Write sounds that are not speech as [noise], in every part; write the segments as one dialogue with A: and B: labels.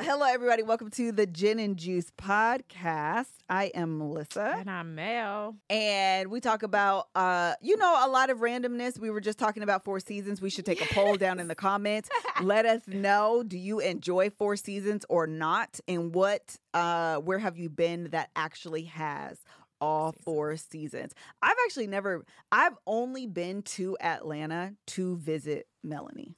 A: Hello, everybody. Welcome to the Gin and Juice podcast. I am Melissa,
B: And
A: [laughs]
B: I'm Mel.
A: and we talk about, uh, you know, a lot of randomness. We were just talking about Four Seasons. We should take a poll down in the comments. Let us know: Do you enjoy Four Seasons or not? And what, uh, where have you been that actually has all four seasons? I've actually never. I've only been to Atlanta to visit Melanie.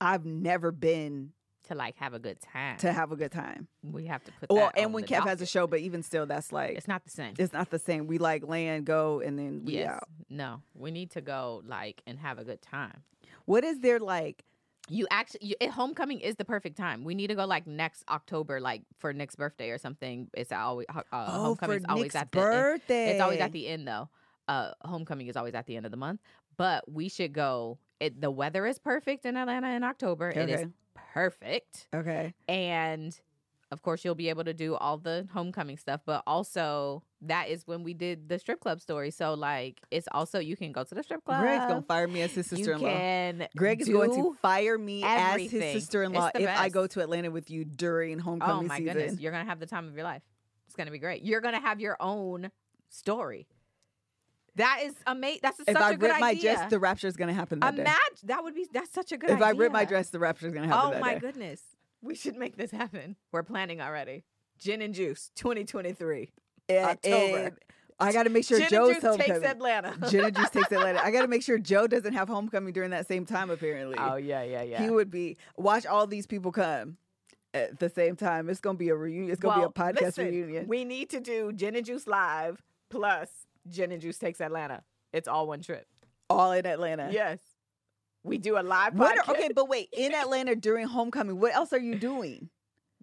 A: I've never been
B: To like have a good time.
A: to have a good time.
B: we have to put
A: Well,
B: that
A: and
B: on
A: when
B: the
A: Kev has a
B: docket.
A: show, but even still, that's like it's
B: It's not the same.
A: not, the same. We like land, go, and then we
B: yes.
A: out.
B: No. We need to go like and have a good time.
A: What is there like?
B: You actually you, it- homecoming is the perfect time. We need to go like next October, like for Nick's birthday or something. It's always uh,
A: oh, for
B: homecoming's
A: Nick's
B: always at the end.
A: birthday,
B: It's always at the end though. Uh, homecoming is always at the end of the month, but we should go. It, the weather is perfect in Atlanta in October. It is
A: Okay.
B: perfect,
A: Okay,
B: and of course you'll be able to do all the homecoming stuff. But also that is when we did the strip club story. So like it's also you can go to the strip club.
A: Greg's gonna fire me as his
B: You
A: sister-in-law.
B: can
A: Greg is going to
B: do-
A: fire me as
B: everything.
A: his sister-in-law
B: It's
A: if
B: the
A: I
B: best.
A: go to Atlanta with you during
B: Oh
A: homecoming
B: my
A: season.
B: goodness, you're gonna have the time of your life. It's gonna be great. You're gonna have your own story. That is amazing. That's a,
A: if
B: such
A: I
B: a good
A: rip my
B: idea.
A: dress, the rapture is gonna happen that day.
B: Imagine that would be that's such a good
A: If
B: idea.
A: I rip my dress, the rapture is gonna happen
B: oh
A: that
B: my
A: day.
B: goodness, we should make this happen. We're planning already. Gin and Juice 2023.
A: And-
B: October.
A: and Eh, I got to make sure
B: Gin
A: Joe's
B: and Juice
A: homecoming.
B: takes Atlanta.
A: Jenna Juice takes Atlanta. I got to make sure Joe doesn't have homecoming during that same time. Apparently,
B: oh yeah, yeah, yeah.
A: he would be watch all these people come at the same time. It's gonna be a reunion. It's gonna
B: well,
A: be a podcast
B: listen,
A: reunion.
B: We need to do Gin and Juice live plus Gin and Juice takes Atlanta. It's all one trip.
A: all in Atlanta.
B: Yes, we do a live
A: What
B: podcast.
A: are, okay, but wait, in Atlanta during homecoming, what else are you doing?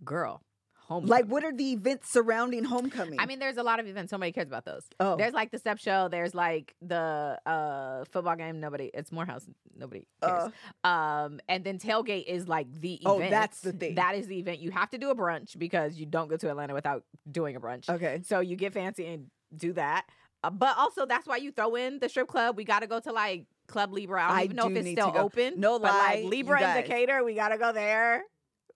B: girl, home.
A: Like, what are the events surrounding homecoming?
B: I mean, there's a lot of events. Nobody cares about those.
A: oh,
B: There's like the step show. There's like the uh football game. Nobody. It's Morehouse. Nobody cares. um, and then tailgate is like the event.
A: Uh. Oh, that's the thing.
B: That is the event. You have to do a brunch because you don't go to Atlanta without doing a brunch.
A: okay.
B: So you get fancy and do that. Uh, but also that's why you throw in the strip club. We got to go to like Club Libra. I don't
A: I
B: even know
A: do
B: if it's
A: need to
B: still
A: go.
B: open.
A: No
B: but
A: lie,
B: like
A: you
B: Libra
A: guys.
B: Indicator. We gotta go there.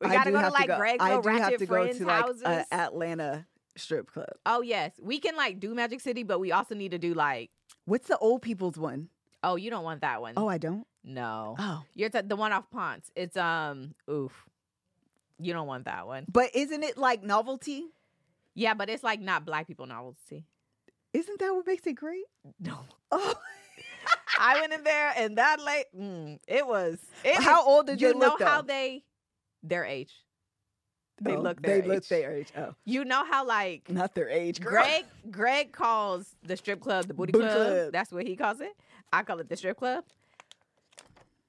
B: We
A: I do
B: gotta go to
A: have
B: like Greg's
A: I
B: little
A: do have
B: ratchet
A: to go
B: friends'
A: to like
B: houses.
A: a Atlanta strip club.
B: oh yes, we can like do Magic City, but we also need to do like
A: What's the old people's one?
B: Oh, you don't want that one.
A: Oh, I don't.
B: no.
A: Oh,
B: You're t- the one off Ponce. It's um oof. You don't want that one.
A: but isn't it like novelty?
B: Yeah, but it's like not black
A: [laughs]
B: people novelty.
A: Isn't that what makes it great?
B: No.
A: [laughs] Oh,
B: I went in there and that late mm, it was it is-
A: how old did
B: you
A: they
B: know
A: look?
B: how
A: though?
B: they their age. They
A: Oh,
B: look their
A: they look
B: age.
A: their age. Oh,
B: You know how like
A: not their age. girl.
B: Greg Greg calls the strip club the booty
A: Booty
B: club.
A: club.
B: That's what he calls it. I call it the strip club.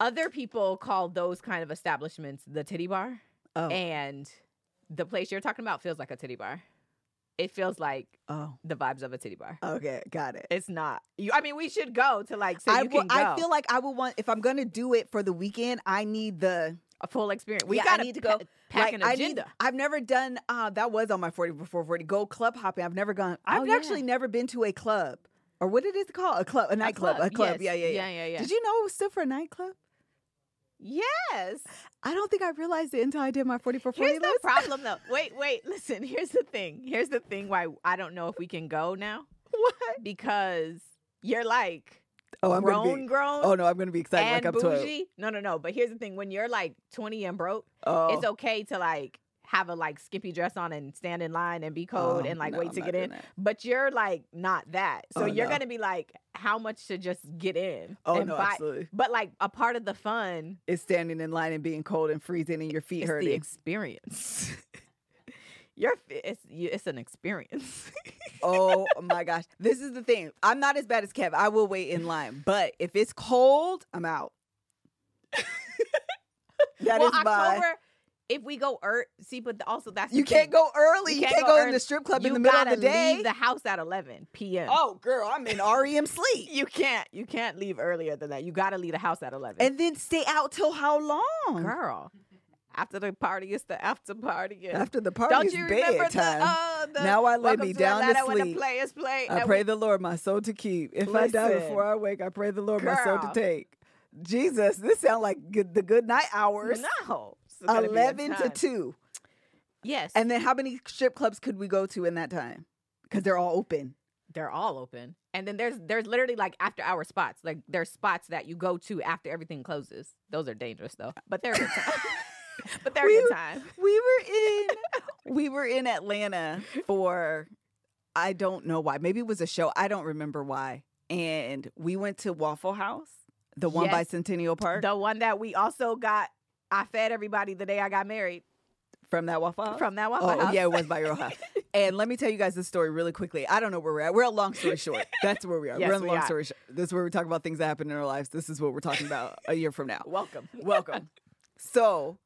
B: Other people call those kind of establishments the titty bar.
A: Oh,
B: And the place you're talking about feels like a titty bar. It feels like
A: oh,
B: the vibes of a titty bar.
A: okay, got it.
B: It's not. You, I mean, we should go to like so
A: I
B: you
A: will-
B: can
A: I
B: go.
A: feel like I would want if I'm gonna do it for the weekend. I need the
B: a full experience. We
A: Yeah, I
B: gotta
A: need to
B: pa-
A: go,
B: pack
A: like,
B: an
A: I need-
B: agenda.
A: I've never done. Uh, that was on my forty before forty. Go club hopping. I've never gone. I've
B: Oh, yeah.
A: actually never been to a club or what it is called a club, a nightclub, a club. Yeah,
B: yes.
A: yeah, yeah,
B: yeah, yeah,
A: Did you know it was still for a nightclub?
B: Yes.
A: I don't think I realized it until I did my forty for forty
B: Here's
A: [laughs]
B: the
A: list.
B: problem, though. Wait, wait. Listen. Here's the thing. Here's the thing. Why I don't know if we can go now
A: What?
B: because you're like
A: Oh, I'm gonna
B: grown,
A: be.
B: grown,
A: Oh no, I'm gonna be excited
B: and
A: like I'm twelve.
B: bougie. No, no, no. But here's the thing. When you're like 20 and broke,
A: Oh.
B: it's okay to like have a like skimpy dress on and stand in line and be cold
A: Oh,
B: and like
A: no,
B: wait
A: I'm
B: to
A: not
B: get
A: doing
B: in.
A: that.
B: But you're like not that. So
A: Oh,
B: you're
A: no.
B: gonna be like, how much to just get in?
A: Oh
B: and
A: no,
B: buy-
A: absolutely.
B: But like a part of the fun
A: Is standing in line and being cold and freezing and your feet
B: it's
A: hurting.
B: the experience. [laughs] Your fe- it's you- it's an experience.
A: oh my gosh. This is the thing. I'm not as bad as Kev. I will wait in line. But if it's cold, I'm
B: [laughs]
A: out. [laughs] That
B: well,
A: is
B: October.
A: my
B: If we go, er- see, but also that's the
A: You can't
B: thing.
A: go early. You
B: You
A: can't,
B: can't
A: go,
B: go
A: in
B: early.
A: the strip club
B: you
A: in the middle of
B: gotta
A: the day.
B: Leave the house at 11 p.m.
A: oh girl, I'm in REM
B: [laughs]
A: sleep.
B: you can't you can't leave earlier than that. You gotta leave the house at 11.
A: And then stay out till how long?
B: girl, after the party, it's the after party. and-
A: After the party
B: Don't
A: is
B: you remember the,
A: bedtime.
B: uh, the
A: Now I lay
B: Welcome
A: me
B: to
A: down to
B: Atlanta when
A: sleep.
B: the players play.
A: I
B: and
A: pray
B: we-
A: the Lord my soul to keep. If I die before
B: Listen.
A: I wake, I pray the Lord my soul to
B: Girl.
A: take. Jesus, this sound like good, the good night hours.
B: No,
C: was gonna be a
A: 11 to
C: time.
A: 2.
B: Yes.
A: And then how many strip clubs could we go to in that time? Because they're all open.
B: they're all open. And then there's there's literally like after hour spots. Like there's spots that you go to after everything closes. Those are dangerous though. But they're a good
A: [laughs]
B: time. [laughs] but they're a
A: We-
B: good time.
A: We were in we were in Atlanta for I don't know why. Maybe it was a show. I don't remember why. And we went to Waffle House, the one by
B: Yes.
A: Centennial Park.
B: The one that we also got I fed everybody the day I got married
A: From that Waffle House?
B: from that Waffle
A: Oh,
B: House.
A: yeah, it was by
B: [laughs]
A: your house. And let me tell you guys this story really quickly. I don't know where we're at. We're a long story
B: [laughs]
A: short. That's where we are.
B: Yes,
A: we're on
B: we
A: long
B: are.
A: story short. This is where we talk about things that happen in our lives. This is what we're talking about a year from now.
C: Welcome.
A: [laughs] Welcome. so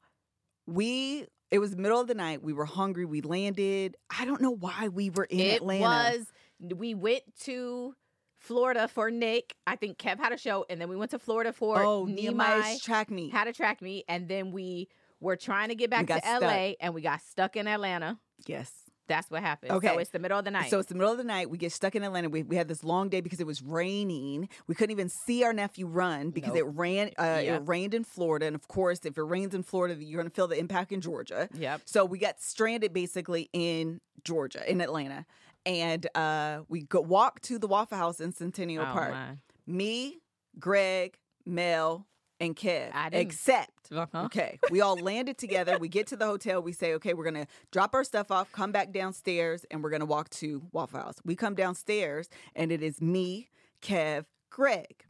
A: we it was middle of the night. We were hungry. We landed. I don't know why we were in
B: [laughs] it
A: Atlanta.
B: was we went to Florida for Nick. I think Kev had a show and then we went to Florida for
A: oh,
B: Nehemiah
A: Nehemiah's track meet.
B: had a track meet and then we were trying to get back to
A: got stuck.
B: LA and we got stuck in Atlanta.
A: yes.
B: That's what happened.
A: Okay.
B: So it's the middle of the night.
A: So it's the middle of the night. We get stuck in Atlanta. We, we had this long day because it was raining. We couldn't even see our nephew run because
B: Nope.
A: it ran. Uh,
B: Yeah.
A: It rained in Florida, and of course, if it rains in Florida, you're going to feel the impact in Georgia.
B: yep.
A: So we got stranded basically in Georgia, in Atlanta, and uh, we go walk to the Waffle House in Centennial
B: Oh,
A: Park.
B: my.
A: Me, Greg, Mel, and Kev.
B: I didn't-
A: Except
B: Uh-huh.
A: Okay. We all landed together. We get to the hotel. We say, okay, we're going to drop our stuff off, come back downstairs, and we're going to walk to Waffle House. We come downstairs, and it is me, Kev, Greg.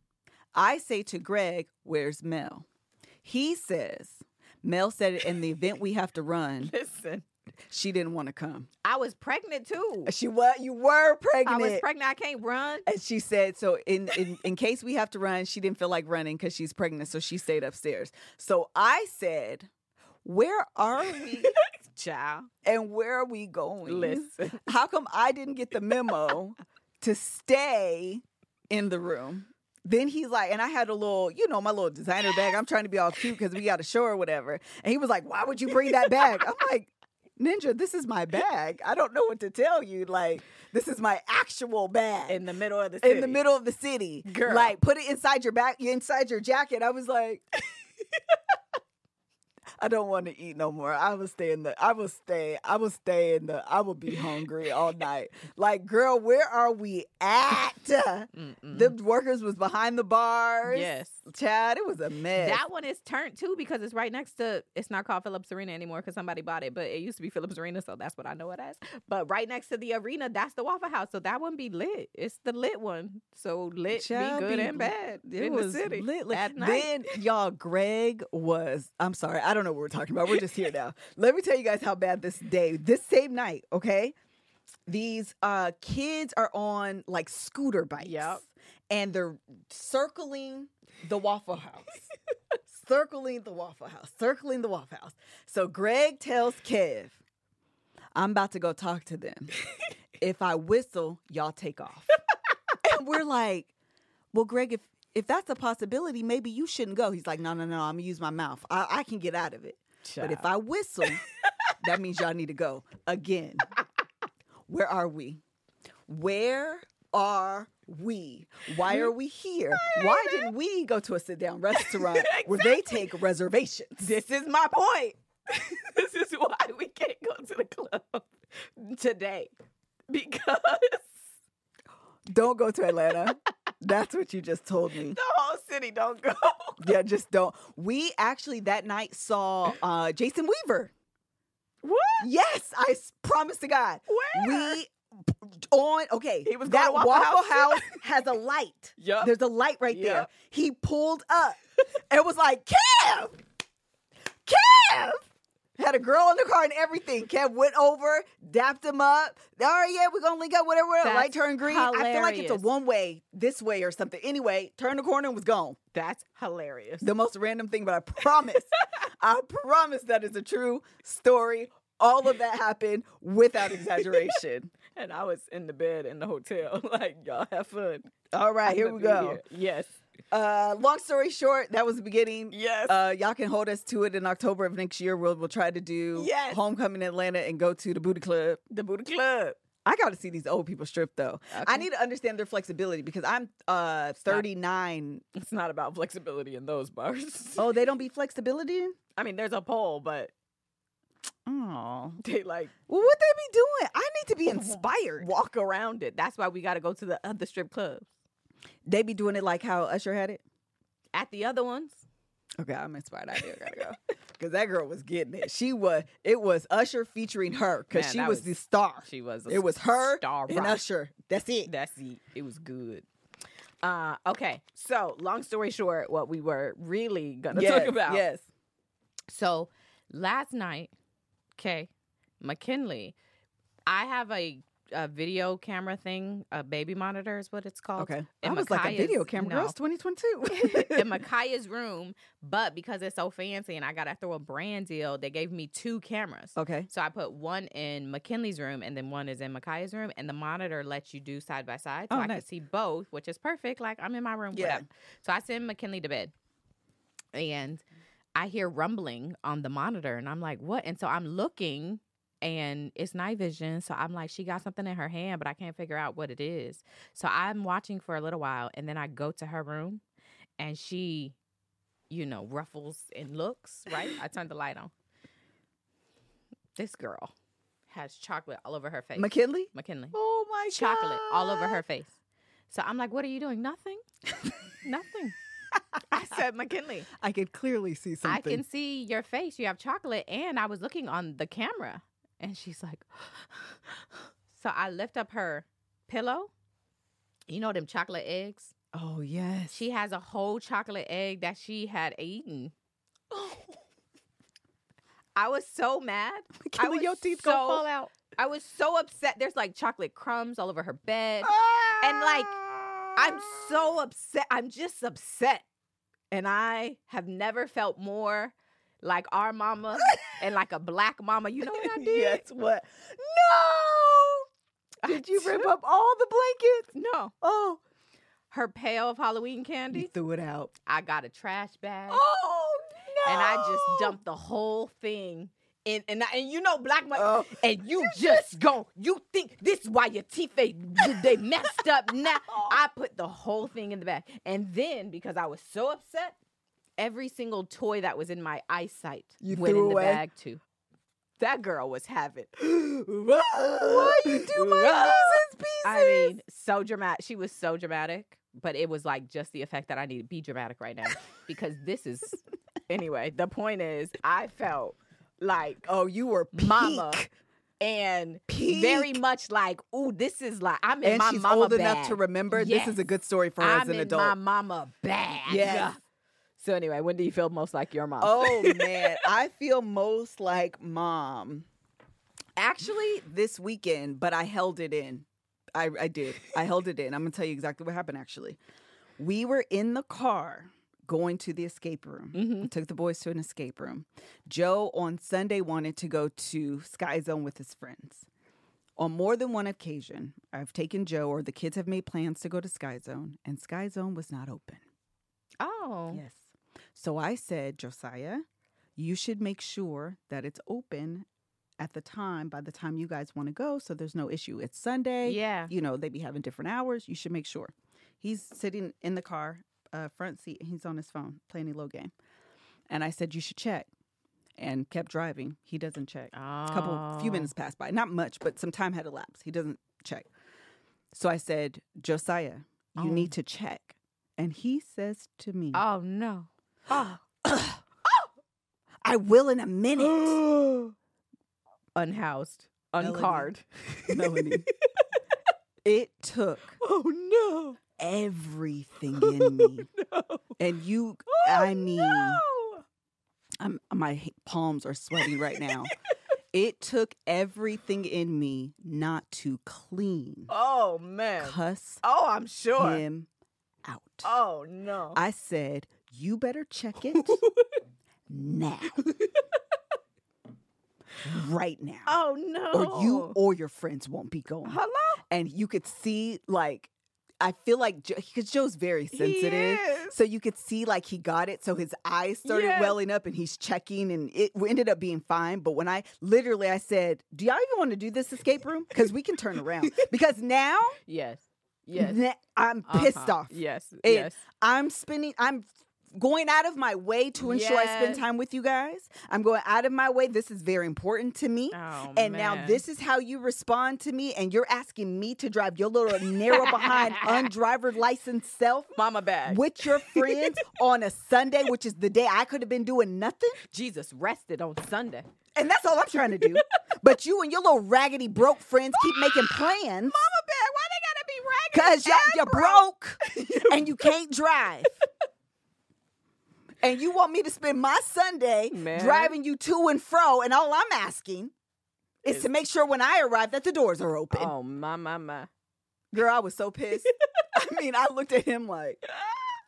A: I say to Greg, where's Mel? He says, Mel said it in the event we have to run,
B: [laughs] Listen,
A: she didn't want to come.
B: I was pregnant too.
A: She was, you were
B: I
A: pregnant.
B: was pregnant. I can't run.
A: and she said, so in, in, in case we have to run, she didn't feel like running because she's pregnant. So she stayed upstairs. So I said, where are we?
B: Child.
A: and where are we going?
B: Listen.
A: How come I didn't get the memo to stay in the room? Then he's like, and I had a little, you know, my little designer bag. I'm trying to be all cute because we got a show or whatever. And he was like, why would you bring that bag? I'm like, Ninja, this is my bag. I don't know what to tell you. Like, this is my actual bag
B: In the middle of the
A: in the
B: city.
A: middle of the city.
B: Girl.
A: Like put it inside your back inside your jacket. I was like [laughs] I don't want to eat no more. I will stay in the I will stay. I will stay in the I will be hungry
B: [laughs]
A: all night. Like, girl, where are we at?
B: Mm-mm.
A: the workers was behind the bars.
B: Yes.
A: Chad, it was a mess.
B: That one is turned too because it's right next to. It's not called Phillips Arena anymore because somebody bought it, but it used to be Phillips Arena, so that's what I know it as. But right next to the arena, that's the Waffle House, so that one be lit. It's the lit one, so lit
A: Child,
B: be good
A: be-
B: and bad
A: it
B: in
A: was
B: the city
A: lit, lit.
B: at night.
A: Then y'all, Greg was. I'm sorry, I don't know what we're talking about. We're just here now. Let me tell you guys how bad this day, this same night. Okay, these uh kids are on like scooter bikes.
B: Yep.
A: and they're circling the Waffle House. circling the Waffle House. Circling the Waffle House. So Greg tells Kev, "I'm about to go talk to them. if I whistle, y'all take off." and we're like well, Greg, if if that's a possibility, maybe you shouldn't go. He's like, no, no, no, I'm gonna use my mouth. I, I can get out of it. But if I whistle, that means y'all need to go again. Where are we? Where are we? Why are we here? Why didn't we go to a sit down restaurant where they take reservations?
B: This is my point. [laughs] this is why we can't go to the club today because [laughs] the
A: Don't go to Atlanta. That's what you just told
B: [laughs]
A: me.
B: whole city don't go.
A: Yeah, just don't. We actually that night saw uh, Jason Weaver.
B: What?
A: Yes, I s- promise to God.
B: Where?
A: We on okay.
B: He was going
A: that
B: to Waffle [laughs]
A: House has a light.
B: Yup.
A: There's a light right there.
B: Yup.
A: He pulled
B: [laughs]
A: up and was like, Kev! Kev! Had a girl in the car and everything. Kev went over, dapped him up. All right, yeah, we're gonna link up, whatever. whatever.
B: That's
A: Light turned green. I feel like it's a
B: hilarious.
A: one way this way or something. Anyway, turned the corner and was gone
B: That's hilarious.
A: the most random thing, but I
B: [laughs]
A: promise, I promise that is a true story. All of that happened without
B: [laughs]
A: exaggeration.
B: And I was in the bed in the hotel, [laughs] like y'all have fun.
A: All right, here
B: I'ma
A: we
B: be
A: go.
B: here. Yes,
A: Uh, long story short, that was the beginning.
B: yes.
A: Uh, y'all can hold us to it in October of next year. We'll, we'll try to do
B: Yes.
A: homecoming in Atlanta and go to the booty club.
B: the booty club.
A: I got to see these old people strip though. I
B: Okay.
A: need to understand their flexibility because I'm uh 39.
B: It's not about flexibility in those bars. [laughs]
A: Oh, they don't be flexibility?
B: I mean, there's a pole, but
A: Oh.
B: they like
A: Well, what they be doing? I need to be inspired.
B: walk around it. That's why we got to go to the other strip clubs.
A: They be doing it like how Usher had it.
B: At the other ones,
A: Okay, I'm inspired. I do gotta go
B: [laughs]
A: because that girl was getting it. She was. It was Usher featuring her because
B: Man,
A: she
B: that
A: was,
B: was-
A: the star.
B: she was. A
A: It was her
B: star
A: and
B: rock.
A: Usher. That's it.
B: That's it. It was good. Uh, okay, so long story short, what we were really gonna
A: Yes,
B: talk about.
A: Yes.
B: So last night, okay, McKinley, I have a, a video camera thing, a baby monitor is what it's called.
A: Okay. I
B: And
A: was like a
B: Micaiah's-
A: video camera.
B: no.
A: Girls, [laughs]
B: [laughs]
A: 2022.
B: in Micaiah's room, but because it's so fancy and I gotta throw a brand deal, they gave me two cameras.
A: [laughs] okay.
B: So I put one in McKinley's room and then one is in Micaiah's room, and the monitor lets you do side by side, so
A: Oh,
B: I
A: nice.
B: could see both, which is perfect. Like I'm in my room,
A: Yeah.
B: whatever. So I send McKinley to bed, and I hear rumbling on the monitor, and I'm like, "What?" And so I'm looking, and it's night vision, so I'm like, "She got something in her hand, but I can't figure out what it is." So I'm watching for a little while, and then I go to her room, and she, you know, ruffles and looks. Right, I turned the light on. This girl has chocolate all over her face.
A: McKinley.
B: McKinley
A: Oh my
B: chocolate
A: God.
B: all over her face. So I'm like, what are you doing? Nothing.
A: [laughs]
B: Nothing. I said, McKinley,
A: I could clearly see something.
B: I can see your face. You have chocolate. And I was looking on the camera. And she's like, [gasps] so I lift up her pillow. You know them chocolate eggs?
A: Oh yes.
B: She has a whole chocolate egg that she had
A: [laughs]
B: eaten. I was so mad. I
A: McKinley,
B: was
A: your teeth
B: so,
A: gonna fall out.
B: I was so upset. There's like chocolate crumbs all over her bed. And, like, I'm
A: Ah.
B: so upset. I'm just upset. And I have never felt more like our mama and like a black mama. You know [laughs] what
A: [laughs]
B: I did?
A: Ah! yes. What? No.
B: I
A: Did you rip
B: took-
A: up all the blankets?
B: No.
A: Oh.
B: Her pail of Halloween
A: You
B: candy.
A: threw it out.
B: I got a trash bag.
A: Oh no.
B: And I just
A: Oh!
B: dumped the whole thing. in. and, I, and you know, black mama.
A: Oh.
B: and you, just gon' you think this why your teeth they, they messed
A: [laughs]
B: up now
A: Oh.
B: i put the whole thing in the bag and then because i was so upset every single toy that was in my eyesight
A: You
B: went
A: threw
B: in
A: away?
B: the bag too that girl was having
A: Why Oh. you do my
B: Whoa.
A: pieces, pieces?
B: i mean so dramatic she was so dramatic but it was like just the effect that i need to be dramatic
A: [laughs]
B: right now because this is anyway the point is i felt like
A: oh, you were peak.
B: Mama. and very
A: Peak.
B: much like, ooh, this is like I'm in
A: And
B: my
A: she's
B: mama
A: old
B: bag.
A: enough to remember. This is a
B: Yes.
A: good story for her
B: I'm
A: as an
B: in
A: adult.
B: my mama bag.
A: Yes.
B: So anyway, when do you feel most like your mom?
A: Oh man, I feel most like mom. Actually, this weekend, but I held it in. I, I did. I held it in. I'm gonna tell you exactly what happened. Actually, we were in the car going to the escape room.
B: Mhm.
A: I took the boys to an escape room. Joe on Sunday wanted to go to Sky Zone with his friends. On more than one occasion, I've taken Joe or the kids have made plans to go to Sky Zone, and Sky Zone was not open.
B: Oh.
A: Yes. So I said, Josiah, you should make sure that it's open at the time, by the time you guys want to go, so there's no issue. It's Sunday.
B: Yeah.
A: You know, they be having different hours. You should make sure. He's sitting in the car, uh, front seat, and he's on his phone playing a low game. And I said, You should check. And kept driving. He doesn't check. A couple, few
B: Oh.
A: minutes passed by. Not much, but some time had elapsed. He doesn't check. So I said, Josiah, you
B: Oh.
A: need to check. And he says to me,
B: Oh no. [gasps] Oh.
A: [coughs] I will in a
B: [gasps]
A: minute.
B: Unhoused.
A: Melanie.
B: Uncarred.
A: Melanie. It took
B: [laughs] Oh no.
A: everything in me.
B: No.
A: And you,
B: Oh,
A: I mean,
B: no.
A: I'm, my h- palms are sweating right
B: [laughs]
A: now. It took everything in me not to clean,
B: Oh man.
A: cuss
B: Oh, I'm sure.
A: him out.
B: Oh no.
A: I said, You better check it
B: [laughs]
A: now. right now.
B: oh no.
A: Or you or your friends won't be going.
B: Hello?
A: and you could see like I feel like because Joe's very sensitive.
B: Yes.
A: So you could see like he got it. So his eyes started
B: Yes.
A: welling up and he's checking and it ended up being fine. But when I literally I said, Do y'all even want to do this escape room? Because we can turn
B: [laughs]
A: around. because now
B: Yes. Yes.
A: na- I'm pissed
B: Uh-huh.
A: off.
B: Yes.
A: And
B: yes.
A: I'm spending I'm going out of my way to ensure I spend
B: Yes.
A: time with you guys. I'm going out of my way. This is very important to me.
B: Oh,
A: And now
B: man.
A: this is how you respond to me, and you're asking me to drive your little narrow
B: [laughs]
A: behind, undriver licensed self
B: mama bag.
A: with your friends on a Sunday, which is the day I could have been doing nothing.
B: Jesus rested on Sunday.
A: And that's all I'm trying to do. But you and your little raggedy broke friends keep making plans
B: Mama bag. Why they gotta be raggedy?
A: because
B: [laughs]
A: y'all you're broke and you can't drive. And you want me to spend my Sunday
B: Man.
A: driving you to and fro, and all I'm asking is,
B: Is-
A: to make sure when I arrive that the doors are open.
B: Oh my my my.
A: Girl, I was so pissed.
B: [laughs]
A: I mean, I looked at him like,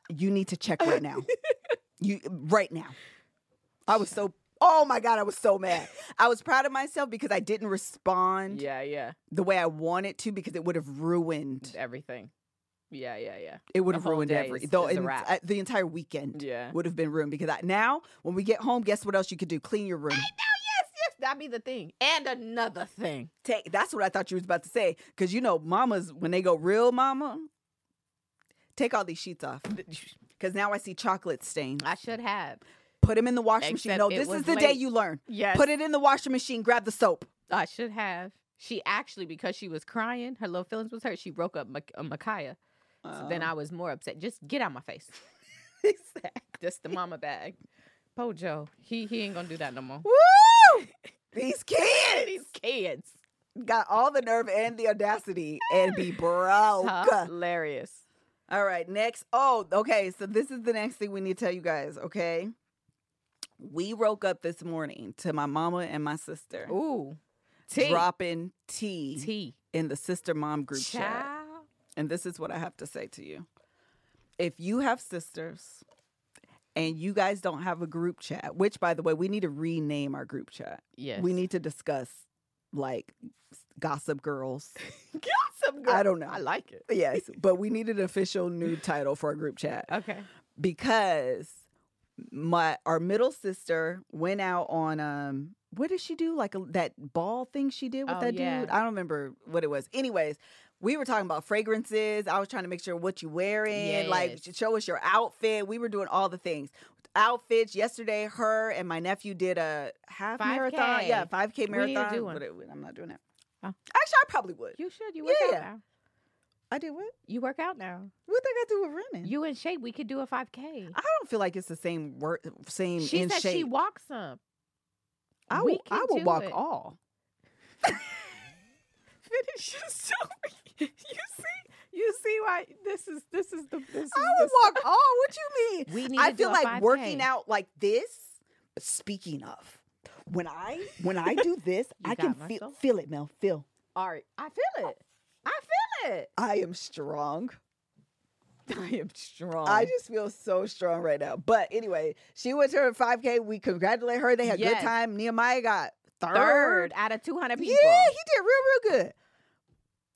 A: "You need to check right now. You right now." I was so oh my god, I was so mad. I was proud of myself because I didn't respond
B: Yeah, yeah.
A: the way I wanted to because it would have ruined
B: Everything. Yeah, yeah, yeah.
A: it would have
B: The whole
A: ruined
B: day
A: every
B: is-
A: though
B: is a
A: and
B: wrap.
A: uh, the entire weekend
B: Yeah.
A: would have been ruined because I, now when we get home, guess what else you could do? Clean your room.
B: Yes, yes, that'd be the thing. And another thing.
A: Take that's what I thought you was about to say because you know mamas when they go real mama, take all these sheets off because now I see chocolate stains.
B: I should have.
A: Put them in the washing machine.
B: Except
A: No,
B: it
A: this is
B: was
A: the day
B: late.
A: you learn.
B: Yes.
A: Put it in the washing machine. Grab the soap.
B: I should have. She actually, because she was crying, her little feelings was hurt. She broke up Mak- uh, Micaiah. So then I was more upset. Just get out my face. [laughs] That's the mama bag. Pojo, he he ain't gonna do that no more.
A: woo! These kids
B: [laughs] These kids,
A: got all the nerve and the audacity and be
B: Oh,
A: broke.
B: hilarious.
A: All right, next. Oh, okay. So this is the next thing we need to tell you guys. Okay, we woke up this morning to my mama and my sister
B: Ooh, T
A: dropping tea
B: T
A: in the sister mom group chat.
B: child.
A: And this is what I have to say to you. If you have sisters and you guys don't have a group chat, which by the way, we need to rename our group chat.
B: Yes,
A: We need to discuss like gossip girls.
B: got [laughs] some. [laughs] Girl.
A: I don't know.
B: I like it.
A: yes, but we need an official new title for our group chat
B: Okay.
A: because my our middle sister went out on um what did she do like a, that ball thing she did with
B: Oh,
A: that
B: yeah.
A: dude i don't remember what it was anyways we were talking about fragrances i was trying to make sure what you wearing like
B: Yes.
A: show us your outfit we were doing all the things outfits yesterday her and my nephew did a half
B: 5K.
A: marathon yeah 5k
B: We need to
A: marathon
B: do one.
A: But it- i'm not doing that
B: Oh.
A: actually i probably would
B: You should. You work
A: Yeah.
B: out now.
A: i did what
B: You work out now.
A: what that got to do with running
B: You in shape. We could do a five k.
A: i don't feel like it's the same word same
B: She
A: in
B: said
A: shape
B: she walks some.
A: I
B: We
A: will,
B: can
A: I will
B: do
A: walk
B: it. [laughs]
A: all.
B: Finish your story. [laughs] You see, you see why this is this is the this is
A: I will walk all. What you mean?
B: We need.
A: I
B: to
A: feel
B: do a
A: like
B: 5K.
A: working out like this. Speaking of, when I when I
B: [laughs]
A: do this, I can
B: got
A: feel
B: muscle?
A: feel it, Mel. Feel
B: All right, I feel it. I feel it.
A: I am strong.
B: I am strong.
A: I just feel so strong right now. But anyway, she went to her 5K. We congratulate her. They had a good
B: Yes.
A: time. Nehemiah got third.
B: third out of two hundred people.
A: Yeah, he did real, real good.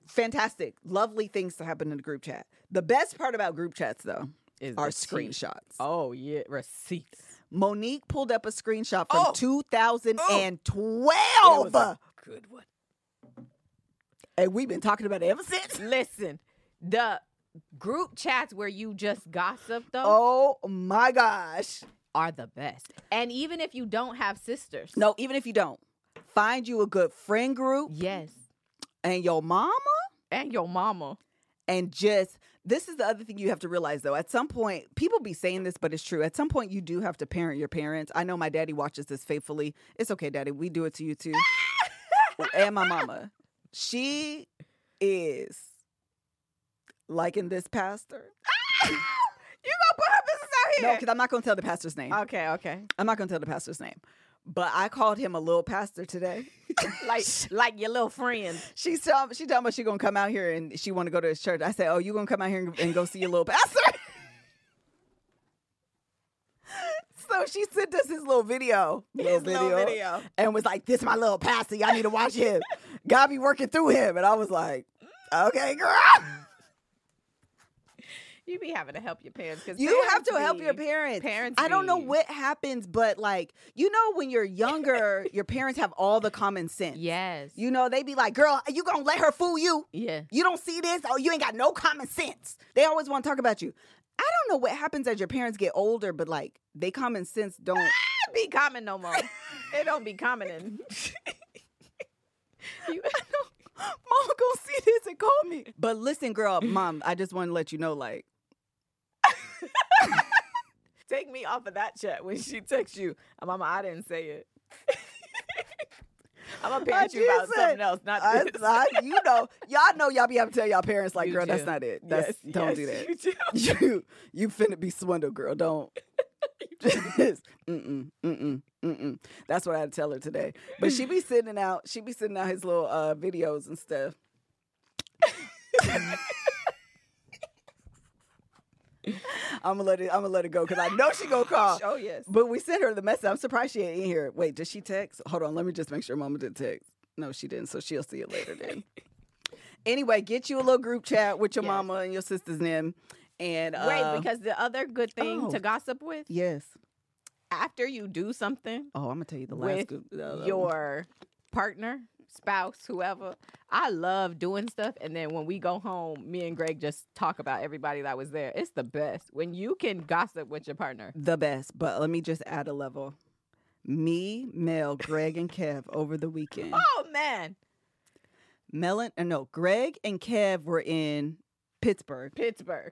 A: Fantastic. Lovely things to happen in the group chat. The best part about group chats though
B: Is
A: are
B: the tea.
A: screenshots.
B: Oh yeah, receipts.
A: Monique pulled up a screenshot from
B: Oh.
A: 2012.
B: It was a good one.
A: and we've been talking about it ever since.
B: Listen, the group chats where you just gossip though
A: Oh my gosh.
B: are the best. And even if you don't have sisters,
A: No, even if you don't, find you a good friend group
B: Yes,
A: and your mama
B: and your mama.
A: and just this is the other thing you have to realize though. At some point, people be saying this, but it's true. At some point, you do have to parent your parents. I know my daddy watches this faithfully. It's okay, daddy. We do it to you too.
B: [laughs]
A: and my mama. She is liking this pastor.
B: You gonna put her business
A: No,
B: out
A: because I'm not going to tell the pastor's name.
B: okay, okay.
A: I'm not going to tell the pastor's name. But I called him a little pastor [laughs] today.
B: Like like your little friend.
A: She's tell, she talking about she going to come out here and she want to go to his church. I said, oh, you going to come out here and, and go see your little pastor? [laughs] so she sent us his little video.
B: His little video.
A: And was like, this my little pastor. Y'all need to watch him. God be working through him. And I was like, okay, girl.
B: You be having to help your parents because
A: You have to help your parents.
B: Parents,
A: I don't know
B: be-
A: what happens, but like, you know, when you're [laughs] younger, your parents have all the common sense.
B: Yes.
A: You know, they be like, girl, you gonna let her fool you?
B: Yeah.
A: You don't see this? Oh, you ain't got no common sense. They always wanna talk about you. I don't know what happens as your parents get older, but like, they common sense don't.
B: It be common no more. it don't be common.
A: [laughs]
B: In- [laughs] you,
A: [gasps]
B: [laughs]
A: Mom gonna see this and call me. But listen, girl, mom, I just wanna let you know, like,
B: take me off of that chat when she texts you. Uh, Mama, I didn't say it. [laughs] I'm gonna
A: I
B: parent you
A: did
B: about
A: say-
B: something else, not
A: [laughs] I,
B: this.
A: I- you know, y'all know y'all be having to tell y'all parents, like,
B: You
A: girl, that's
B: do.
A: not it. That's
B: Yes,
A: don't do
B: yes,
A: that.
B: you do.
A: [laughs]
B: [laughs]
A: you you finna be swindled, girl. Don't. [laughs] Just, mm-mm, mm-mm, mm-mm. That's what I tell her today. But she be sending out, she be sending out his little uh, videos and stuff. I'm gonna let it. I'm gonna let it go because I know she gonna call.
B: Oh yes.
A: But we sent her the message. I'm surprised she ain't in here. Wait, did she text? Hold on, let me just make sure Mama did text. No, she didn't. So she'll see it later then.
B: [laughs]
A: anyway, get you a little group chat with your
B: Yes.
A: mama and your sisters and them. And uh,
B: Wait, because the other good thing
A: oh.
B: to gossip with
A: yes.
B: after you do something
A: Oh, I'm gonna tell you the
B: With
A: last group. the other one.
B: your partner, spouse, whoever. I love doing stuff. And then when we go home, me and Greg just talk about everybody that was there. It's the best when you can gossip with your partner.
A: the best. But let me just add a level. Me, Mel, Greg, and Kev over the weekend.
B: [laughs] Oh, man.
A: Mel and uh, no, Greg and Kev were in Pittsburgh,
B: Pittsburgh.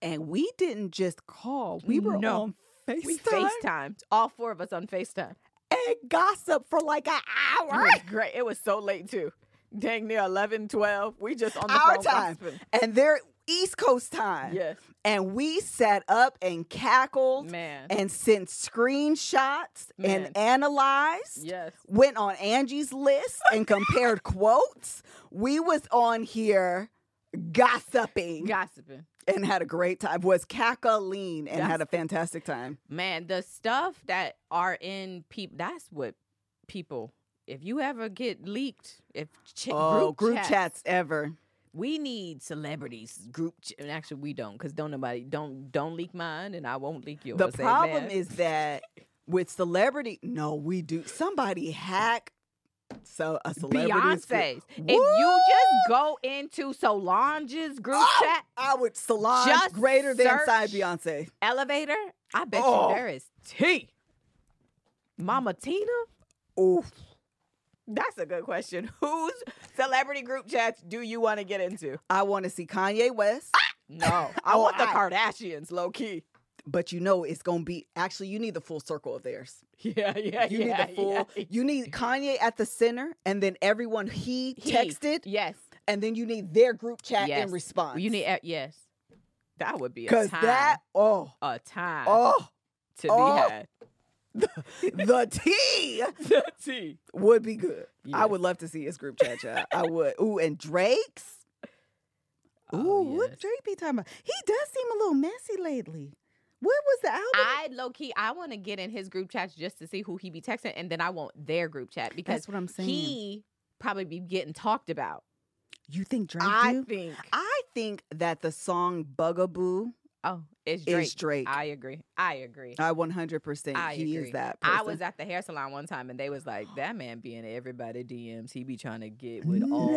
A: and we didn't just call. We were
B: No.
A: on FaceTime.
B: We FaceTimed. All four of us on FaceTime.
A: and gossip for like an
B: It
A: hour.
B: was great. It was so late, too. Dang near 11, 12. We just on the
A: Our
B: phone
A: time.
B: gossiping.
A: And they're East Coast time.
B: Yes.
A: And we sat up and cackled
B: Man.
A: and sent screenshots
B: Man.
A: and analyzed.
B: Yes.
A: Went on Angie's list and
B: [laughs]
A: compared quotes. We was on here gossiping
B: Gossiping.
A: and had a great time. Was cackling and had a
B: Gossip.
A: fantastic time.
B: man the stuff that are in people that's what people if you ever get leaked if ch-
A: oh,
B: group, chats,
A: chats ever.
B: we need celebrities group ch- and actually we don't because don't nobody don't don't leak mine and i won't leak yours
A: The problem
B: amen.
A: is that with celebrity, no, we do. Somebody hack so a celebrity.
B: beyonce's if you just go into solange's group
A: Oh!
B: chat
A: I would Solange
B: Just
A: greater than
B: search-
A: side Beyonce.
B: elevator i bet
A: Oh.
B: you there is tea mama tina
A: Oof.
B: that's a good question [laughs] whose celebrity group chats do you want to get into
A: I want to see Kanye West,
B: No, [laughs] I
A: Oh,
B: want the
A: I-
B: Kardashians, low key.
A: but you know it's gonna be actually you need the full circle of theirs.
B: [laughs] Yeah, [laughs] yeah,
A: You need the full. You need Kanye at the center, and then everyone he, texted,
B: Yes,
A: and then you need their group chat
B: yes.
A: in response.
B: You need uh, yes. That would be a
A: because
B: time.
A: that oh
B: a time [laughs]
A: oh
B: to
A: oh.
B: be had.
A: the tea
B: [laughs] The tea.
A: would be good. I
B: Yes.
A: would love to see his group chat, child. I
B: [laughs]
A: would. Ooh, and Drake's. Ooh,
B: Oh,
A: what
B: yes.
A: Drake be talking about? He does seem a little messy lately. What was the album?
B: I low key I want to get in his group chats just to see who he be texting, and then I want their group chat because
A: That's what I'm saying.
B: he probably be getting talked about.
A: you think Drake
B: I
A: do?
B: think.
A: I think that the song Bugaboo
B: Oh, it's Drake.
A: is Drake. I,
B: I agree. I agree.
A: 100%
B: I
A: he
B: agree.
A: is that person.
B: I was at the hair salon one time and they was like, that man be in everybody DMs. He be trying to get with all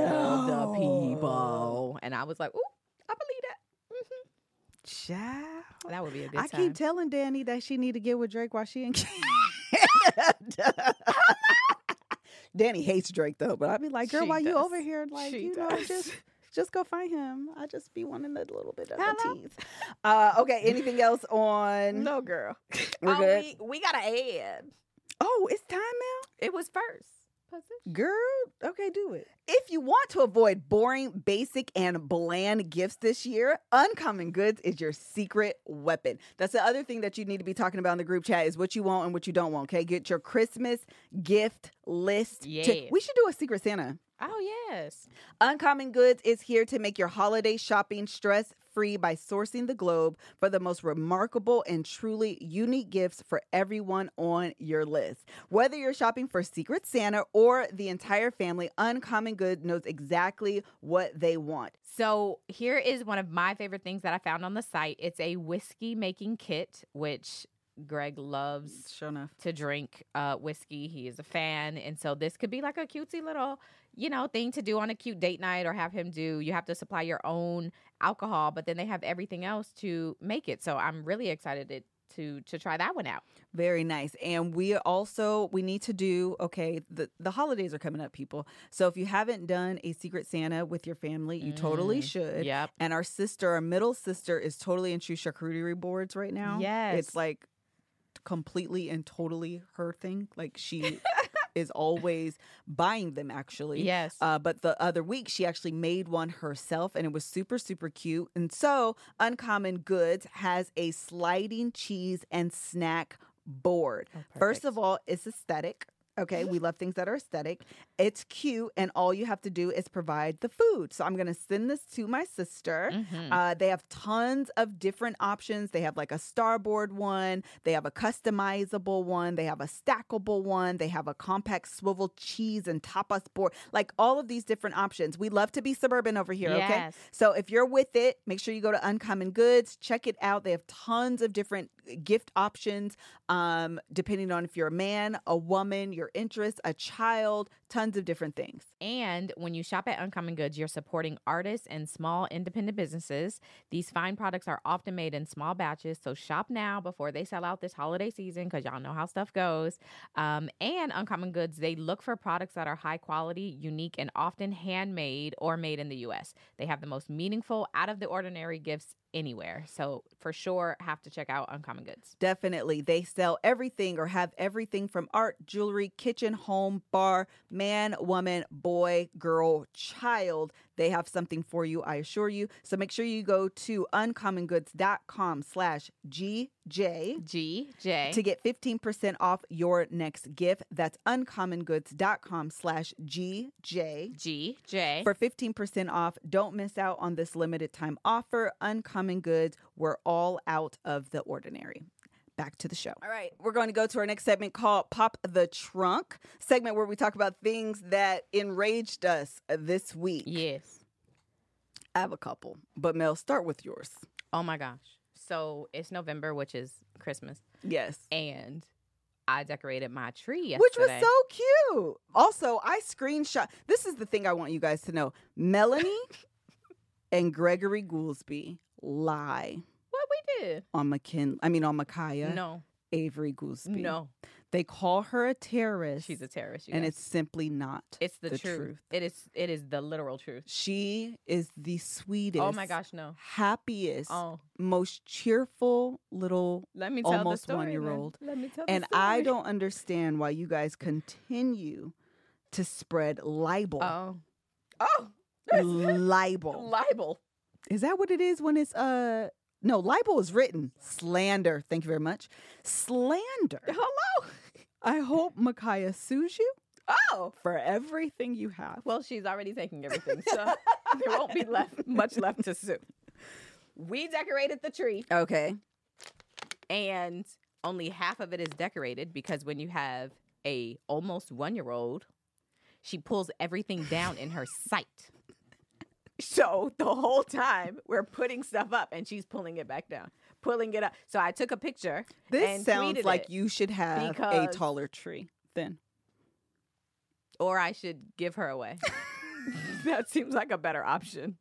B: the
A: No.
B: people. And I was like, ooh, I believe that.
A: Child.
B: hmm That would be a good
A: I
B: time.
A: keep telling Danny that she need to get with Drake while she
B: [laughs]
A: in [laughs] Canada. Danny hates Drake though, but I'd be like, girl,
B: She
A: why you
B: does.
A: over here? Like,
B: She
A: you know,
B: does.
A: just just go find him. I just be wanting a little bit of
B: Hello?
A: the teeth. Uh, okay, anything else on?
B: [laughs] no, girl.
A: We're
B: Oh,
A: good.
B: We, we got to ad.
A: Oh, it's time now,
B: It was first. Was it?
A: girl. Okay, do it. If you want to avoid boring, basic, and bland gifts this year, Uncommon Goods is your secret weapon. That's the other thing that you need to be talking about in the group chat is what you want and what you don't want. Okay, get your Christmas gift list. to-
B: Yeah.
A: we should do a Secret Santa.
B: Oh yes.
A: Uncommon Goods is here to make your holiday shopping stress free by sourcing the globe for the most remarkable and truly unique gifts for everyone on your list. Whether you're shopping for Secret Santa or the entire family, Uncommon Goods knows exactly what they want.
B: So here is one of my favorite things that I found on the site. It's a whiskey making kit, which Greg loves
A: Mm, Sure enough.
B: to drink uh, whiskey. He is a fan, and so this could be like a cutesy little, you know, thing to do on a cute date night or have him do. You have to supply your own alcohol, but then they have everything else to make it. So I'm really excited to to, to try that one out.
A: Very nice. And we also we need to do okay, the the holidays are coming up people. So if you haven't done a Secret Santa with your family, you totally
B: Mm.
A: should.
B: Yep.
A: And our sister, our middle sister, is totally into charcuterie boards right now.
B: Yes.
A: It's like completely and totally her thing. Like
B: [laughs]
A: she is always buying them actually.
B: Yes.
A: Uh, but the other week, she actually made one herself and it was super, super cute. And so, Uncommon Goods has a sliding cheese and snack board.
B: Oh,
A: First of all, it's aesthetic. Okay, we love things that are aesthetic. It's cute, and all you have to do is provide the food. So I'm gonna send this to my sister.
B: Mm. Mm-hmm.
A: Uh, they have tons of different options. They have like a starboard one, they have a customizable one, they have a stackable one, they have a compact swivel cheese and tapas board. Like all of these different options. We love to be suburban over here, okay?
B: Yes.
A: So if you're with it, make sure you go to Uncommon Goods, check it out. They have tons of different uh, gift options, um, depending on if you're a man, a woman, your interests, a child, tons of different things.
B: And when you shop at Uncommon Goods, you're supporting artists and small independent businesses. These fine products are often made in small batches, so shop now before they sell out this holiday season because y'all know how stuff goes. Um, and Uncommon Goods, they look for products that are high quality, unique, and often handmade or made in the U.S. They have the most meaningful, out of the ordinary gifts anywhere. So for sure, have to check out Uncommon Goods.
A: Definitely. They sell everything or have everything from art, jewelry, kitchen, home, bar, man, woman, boy, girl, child. They have something for you, I assure you. So make sure you go to uncommongoods.com slash GJ
B: G J.
A: to get 15% off your next gift. That's uncommongoods.com slash GJ.
B: G J.
A: For 15% off, don't miss out on this limited time offer. Uncommon Goods, we're all out of the ordinary. Back to the show. All right, we're going to go to our next segment called Pop the Trunk, segment where we talk about things that enraged us this week.
B: Yes.
A: I have a couple, but Mel, start with yours.
B: Oh my gosh. So it's November, which is Christmas,
A: Yes.
B: and I decorated my tree yesterday.
A: Which was so cute. Also, I screenshot. This is the thing I want you guys to know.
B: [laughs]
A: Melanie and Gregory Goolsby lie
B: what we did.
A: on McKin. I mean, on Micaiah.
B: No,
A: Avery Goolsby.
B: no,
A: They call her a terrorist.
B: she's a terrorist. You
A: and
B: guys.
A: it's simply not.
B: it's the,
A: the
B: truth.
A: truth.
B: It is it is the literal truth.
A: she is the sweetest.
B: Oh my gosh, no.
A: Happiest,
B: Oh,
A: most cheerful little.
B: let me tell
A: Almost
B: the story. then.
A: one-year-old.
B: Let me tell. the
A: And I
B: story.
A: don't understand why you guys continue to spread libel.
B: Oh, oh, that's
A: libel.
B: libel.
A: Is that what it is when it's uh no, libel is written. Slander. Thank you very much.
B: [laughs]
A: Slander.
B: Hello.
A: I hope Micaiah sues you
B: Oh,
A: for everything you have.
B: well, [laughs] she's already taking everything,
A: [laughs]
B: so [laughs] there won't be left much left to sue. We decorated the tree.
A: Okay.
B: and only half of it is decorated because when you have a almost one year old, she pulls everything down in her sight. So the whole time we're putting stuff up and she's pulling it back down, pulling it up. So I took a picture.
A: [laughs] This
B: and
A: sounds
B: tweeted
A: like
B: it.
A: you should have a
B: because-
A: taller tree then.
B: or I should give her away. [laughs] that seems like a better option.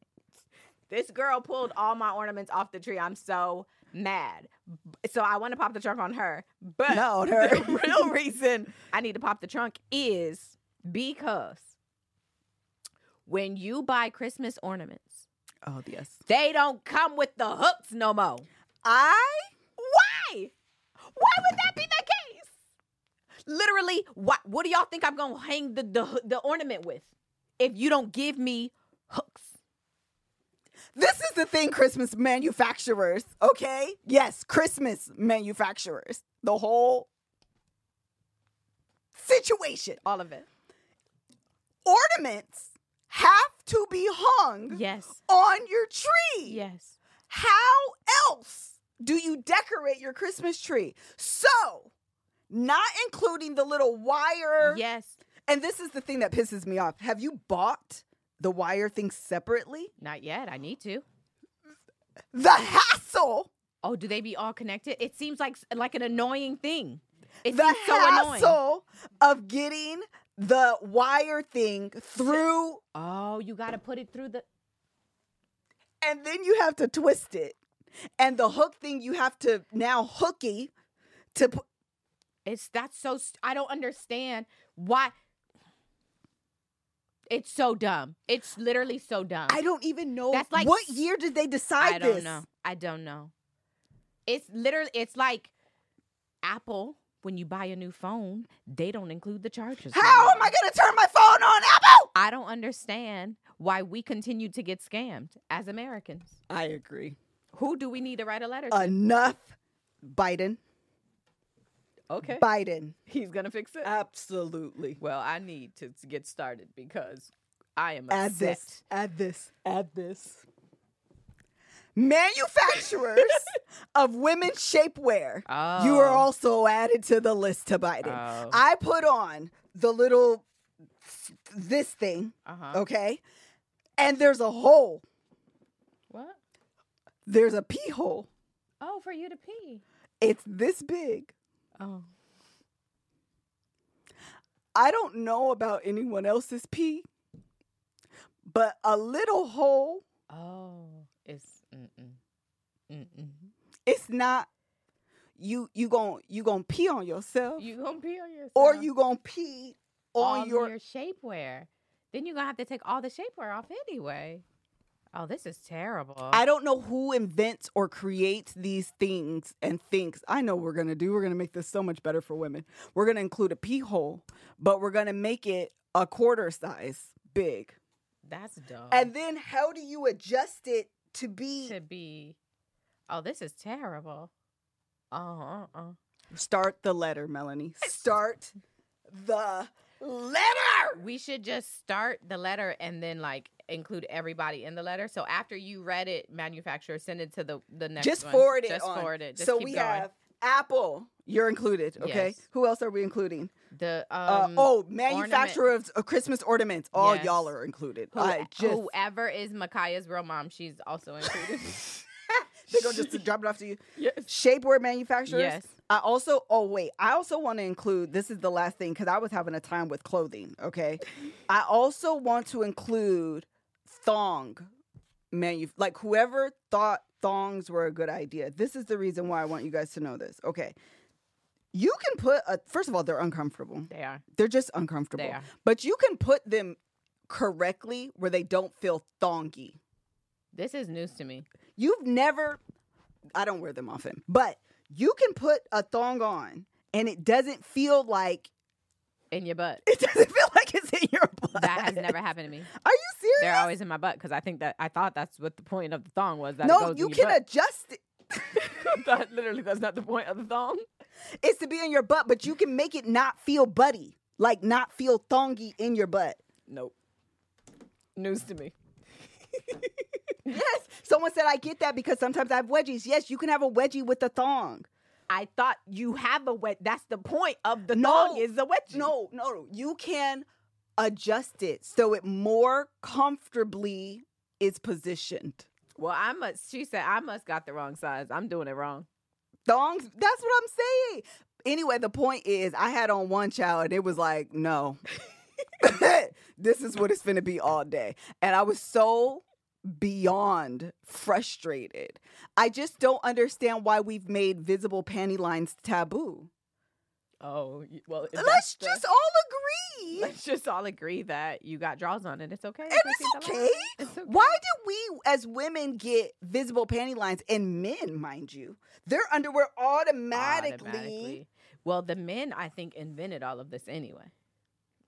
B: This girl pulled all my ornaments off the tree. I'm so mad. B- So I want to pop the trunk on her, but
A: No,
B: [laughs]
A: on her.
B: the real reason I need to pop the trunk is because when you buy Christmas ornaments,
A: Oh yes.
B: they don't come with the hooks no more.
A: I
B: Why? Why would that be the case? Literally, what what do y'all think I'm gonna hang the the, the ornament with if you don't give me hooks?
A: this is the thing, Christmas manufacturers, okay? Yes, Christmas manufacturers. The whole situation.
B: All of it.
A: ornaments have to be hung
B: Yes.
A: on your tree.
B: Yes.
A: How else do you decorate your Christmas tree? So, not including the little wire.
B: Yes.
A: And this is the thing that pisses me off. Have you bought the wire thing separately?
B: Not yet. I need to.
A: The hassle.
B: Oh, do they be all connected? It seems like like an annoying thing. It
A: the
B: seems so annoying.
A: hassle of getting the wire thing through
B: Oh, you got to put it through the.
A: and then you have to twist it. And the hook thing you have to now hooky to put
B: It's that's so. St- I don't understand why. It's so dumb. It's literally so dumb.
A: I don't even know
B: That's like
A: what
B: s-
A: year did they decide
B: I don't
A: this?
B: know. I don't know. It's literally. It's like Apple. When you buy a new phone, they don't include the chargers. no
A: How
B: more.
A: am I gonna turn my phone on, Apple?
B: I don't understand why we continue to get scammed as Americans.
A: I agree.
B: Who do we need to write a letter to?
A: Enough, Biden.
B: Okay.
A: Biden.
B: He's going to fix it.
A: Absolutely.
B: well, I need to s- get started because I am
A: Add
B: upset.
A: this. Add this. Add this. [laughs] Manufacturers of women's shapewear.
B: Oh.
A: You are also added to the list to Biden.
B: Oh.
A: I put on the little this thing,
B: Uh-huh.
A: okay? And there's a hole.
B: What?
A: There's a pee hole.
B: Oh, for you to pee.
A: It's this big.
B: Oh.
A: I don't know about anyone else's pee, but a little hole,
B: Oh. It's mm-mm. Mm-mm.
A: it's not you you gon' you going to pee on yourself
B: You going to pee on yourself.
A: or you going to pee on
B: All
A: your,
B: your shapewear. Then you're going to have to take all the shapewear off anyway. Oh, this is terrible.
A: I don't know who invents or creates these things and thinks, I know what we're gonna do. We're gonna make this so much better for women. We're gonna include a pee hole, but we're gonna make it a quarter size big.
B: That's dumb.
A: And then how do you adjust it to be
B: to be. Oh, this is terrible. Uh uh. uh.
A: start the letter, Melanie? Start the letter.
B: We should just start the letter and then like include everybody in the letter. So after you read it, manufacturer, send it to the the next.
A: Just
B: one.
A: forward it
B: Just
A: on.
B: forward it. Just
A: so
B: keep
A: we
B: going.
A: have Apple. You're included, okay?
B: Yes.
A: Who else are we including?
B: the
A: Uh,
B: um.
A: oh, manufacturer of of Christmas ornaments. All
B: Yes.
A: y'all are included.
B: who-
A: I just
B: whoever is Micaiah's real mom, she's
A: [laughs]
B: also included.
A: they're gonna just drop it off to you.
B: yes.
A: Shapewear manufacturers.
B: Yes.
A: I also. Oh wait, I also want to include. This is the last thing because I was having a time with clothing.
B: [laughs]
A: Okay, I also want to include thong manu like whoever thought thongs were a good idea. This is the reason why I want you guys to know this. Okay. You can put a first of all, they're uncomfortable.
B: They are.
A: They're just uncomfortable.
B: They are.
A: But you can put them correctly where they don't feel thongy.
B: This is news to me.
A: You've never, I don't wear them often, but you can put a thong on and it doesn't feel like, [laughs]
B: In your butt.
A: it doesn't feel like it's in your butt.
B: That has never happened [laughs] to me.
A: Are you serious?
B: They're always in my butt because I think that I thought that's what the point of the thong was. That it
A: no,
B: goes
A: you
B: in your
A: can
B: butt.
A: adjust it.
B: [laughs] that literally that's not the point of the thong.
A: It's to be in your butt, but you can make it not feel buddy, like not feel thongy in your butt.
B: [laughs] Nope. News to me.
A: Yes, someone said I get that because sometimes I have wedgies. Yes, you can have a wedgie with a thong.
B: I thought you have a wet. That's the point of the
A: No.
B: thong is the wet.
A: No, no, you can adjust it so it more comfortably is positioned.
B: Well, I must. She said I must got the wrong size. I'm doing it wrong.
A: Thongs, that's what I'm saying. Anyway, the point is, I had on one child and it was like, no, [laughs] this is what it's gonna be all day. And I was so beyond frustrated. I just don't understand why we've made visible panty lines taboo.
B: Oh y- well. if
A: Let's
B: that's
A: just all
B: the-
A: agree.
B: [laughs] let's just all agree that you got draws on it. It's okay.
A: And it's okay.
B: It's okay.
A: Why did we as women get visible panty lines and men, mind you, their underwear automatically,
B: Well, the men I think invented all of this anyway.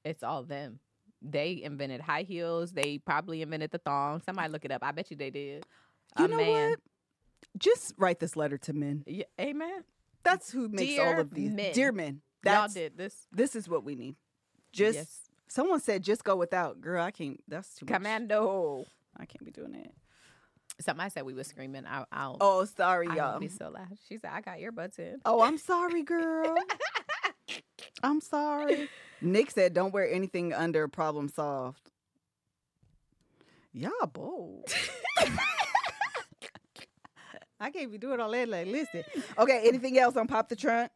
B: It's all them. They invented high heels. They probably invented the thong. Somebody look it up. I bet you they did.
A: You
B: A
A: know
B: man.
A: what? Just write this letter to men.
B: Yeah, amen.
A: That's who makes all
B: Dear
A: of these.
B: men.
A: Dear men.
B: Y'all
A: That's,
B: did this.
A: This is what we need. Just
B: Yes.
A: Someone said just go without. Girl, I can't. That's too much.
B: Commando.
A: I can't be doing that.
B: Somebody said we were screaming. I, I'll.
A: Oh, sorry,
B: I
A: y'all.
B: would be so loud. She said, "I got earbuds in."
A: Oh, I'm sorry,
B: [laughs]
A: girl. I'm sorry. Nick said, "Don't wear anything under problem solved." Y'all bold.
B: [laughs]
A: I can't be doing all that. Like, listen. Okay. Anything else on Pop the Trunk?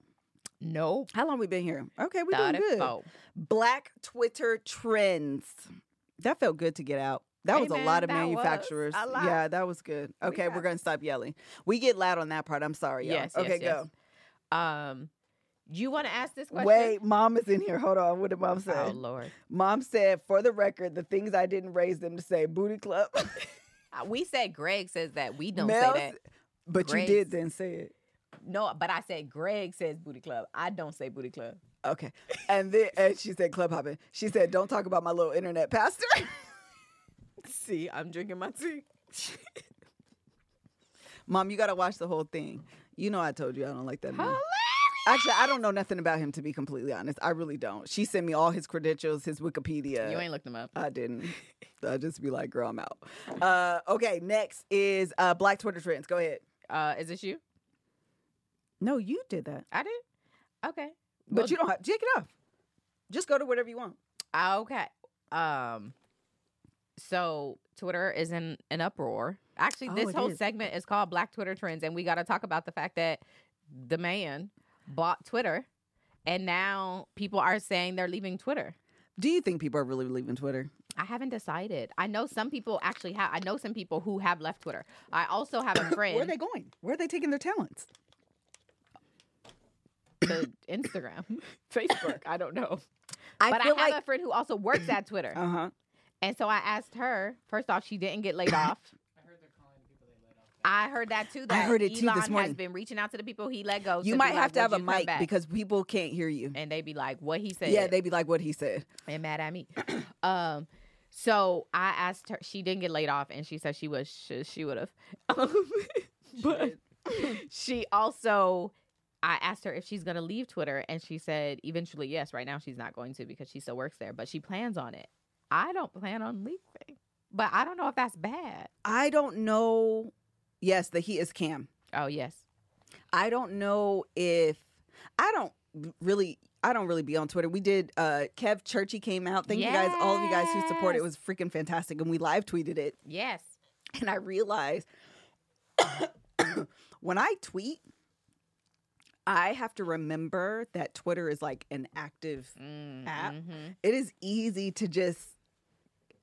B: Nope.
A: How long we been here? Okay, we doing
B: Thought it
A: good.
B: folk.
A: Black Twitter trends. That felt good to get out. That was a
B: Amen,
A: lot of
B: that was
A: manufacturers.
B: a lot.
A: Yeah, that was good.
B: We
A: Okay, we are
B: got-
A: gonna stop yelling. We get loud on that part. I'm sorry, y'all.
B: Yes, yes,
A: Oh, okay,
B: yes.
A: go.
B: Um, you want to ask this [laughs] question?
A: Wait, mom is in here. Hold on. What did mom say?
B: Oh Lord,
A: Mom said, for the record, the things I didn't raise them to say. Booty club.
B: Uh, we said Greg says that. We [laughs] don't
A: Mel
B: say that.
A: s- But
B: Grace.
A: you did then say it.
B: No, but I said Greg says booty club. I don't say booty club.
A: Okay. And then and she said club hopping. She said, Don't talk about my little internet pastor. [laughs]
B: See, I'm drinking my tea.
A: Mom, you gotta watch the whole thing. You know I told you I don't like that man.
B: Hilarious.
A: Actually, I don't know nothing about him to be completely honest. I really don't. She sent me all his credentials, his Wikipedia.
B: You ain't looked them up.
A: I
B: [laughs]
A: didn't. I just be like, girl, I'm out. Uh, okay, next is uh, Black Twitter trends. Go ahead.
B: Uh, is this you?
A: No, you did that.
B: I did. Okay.
A: But
B: Well,
A: you don't have take it off. Just go to whatever you want.
B: Okay. Um. So Twitter is in an uproar. Actually,
A: Oh,
B: this
A: it
B: whole
A: is.
B: segment is called Black Twitter Trends, and we got to talk about the fact that the man bought Twitter, and now people are saying they're leaving Twitter.
A: Do you think people are really leaving Twitter?
B: I haven't decided. I know some people actually have. I know some people who have left Twitter. I also have a [coughs]
A: Where are
B: friend
A: they going? Where are they taking their talents?
B: to Instagram, Facebook. I don't know,
A: I
B: but I have a friend who also works at Twitter,
A: uh huh.
B: and so I asked her. First off, she didn't get laid off. I heard that too.
A: I
B: That
A: heard it too this
B: Elon
A: morning.
B: has been reaching out to the people he let go.
A: You
B: be
A: might
B: like,
A: have to
B: "Would
A: have a
B: you come
A: mic
B: back?"
A: because people can't hear you.
B: and they be like, "What he said?"
A: Yeah, they be like, "What he said."
B: and mad at me. [clears throat] um, so I asked her. She didn't get laid off, and she said she was she, she would have. [laughs] Um, but she also, I asked her if she's gonna leave Twitter, and she said eventually yes. Right now she's not going to because she still works there, but she plans on it. I don't plan on leaving, but I don't know if that's bad.
A: I don't know. Yes, the he is Cam.
B: Oh yes,
A: I don't know if I don't really. I don't really be on Twitter. We did. uh Kev Churchy came out. Thank you guys, all of you guys who support it. It
B: Yes.
A: was freaking fantastic, and we live tweeted it.
B: yes.
A: and I realized [coughs] when I tweet, I have to remember that Twitter is like an active.
B: Mm,
A: App.
B: mhm.
A: It is easy to just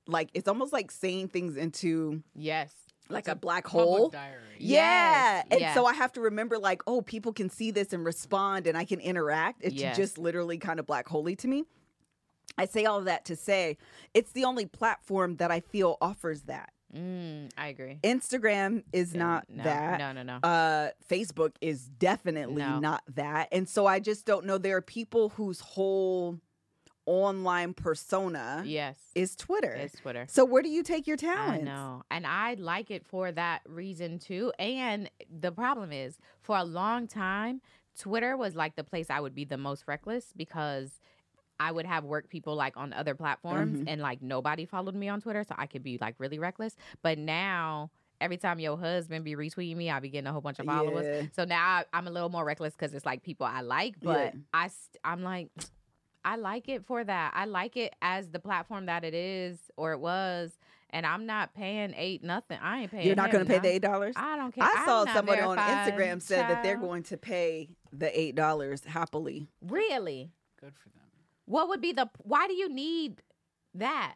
A: like it's almost like saying things into
B: Yes.
A: like
C: a
A: a black
C: Public
A: hole.
C: diary.
A: Yeah.
B: Yes,
A: And
B: yeah.
A: so I have to remember like, oh, people can see this and respond and I can interact. It's
B: Yes.
A: just literally kind of black holy to me. I say all that to say it's the only platform that I feel offers that.
B: Mm, I agree.
A: Instagram is not
B: no,
A: that.
B: No, no, no.
A: uh Facebook is definitely
B: No.
A: not that. And so I just don't know there are people whose whole online persona
B: yes.
A: is Twitter.
B: It's Twitter.
A: so where do you take your
B: I
A: talent?
B: know. And I like it for that reason too. And the problem is, for a long time, Twitter was like the place I would be the most reckless because I would have work people like on other platforms
A: Mhm.
B: and like nobody followed me on Twitter. So I could be like really reckless. But now, every time your husband be retweeting me, I be getting a whole bunch of followers.
A: Yeah.
B: So now I, I'm a little more reckless because it's like people I like, but
A: Yeah.
B: I st- I'm like I like it for that. I like it as the platform that it is or it was, and I'm not paying eight nothing. I ain't paying.
A: You're not
B: him
A: going to pay the
B: nothing.
A: eight dollars.
B: I don't care.
A: I
B: I'm
A: saw
B: not
A: someone on
B: verified,
A: Instagram said that they're
B: child.
A: going to pay the eight dollars happily.
B: Really?
C: Good for them.
B: What would be the? Why do you need that?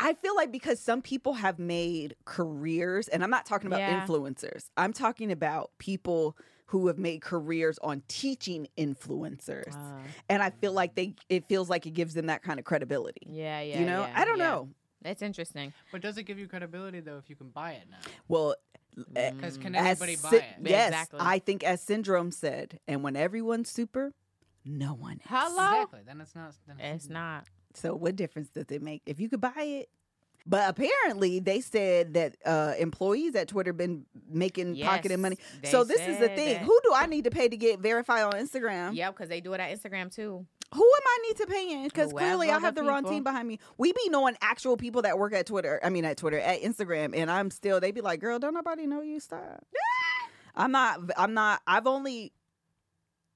A: I feel like because some people have made careers, and I'm not talking about
B: Yeah.
A: influencers. I'm talking about people who have made careers on teaching influencers.
B: Uh,
A: and I feel like they it feels like it gives them that kind of credibility.
B: yeah, yeah.
A: you know,
B: yeah,
A: I don't
B: yeah.
A: know.
B: That's interesting.
C: But does it give you credibility though if you can buy it now?
A: Well, eh,
B: Mm.
C: Because can
A: as
C: everybody Mm-hmm. buy
A: Sy-
C: it?
A: yes,
B: Exactly.
A: I think as syndrome said, and when everyone's super, no one. Is.
B: Hello.
C: Exactly. Then it's not. Then
B: It's not.
A: So what difference does it make if you could buy it? But apparently, they said that uh, employees at Twitter been making pocketing
B: Yes,
A: Mm, money.
B: they
A: So this is the
B: said
A: thing:
B: that.
A: who do I need to pay to get verified on Instagram?
B: Yeah, because they do it at Instagram too.
A: Who am I need to pay in? Because
B: Whoever
A: clearly I have
B: the
A: the wrong
B: people.
A: team behind me. We be knowing actual people that work at Twitter. I mean, at Twitter, at Instagram, and I'm still. They be like, "Girl, don't nobody know you."
B: [laughs]
A: Stop. I'm not. I'm not. I've only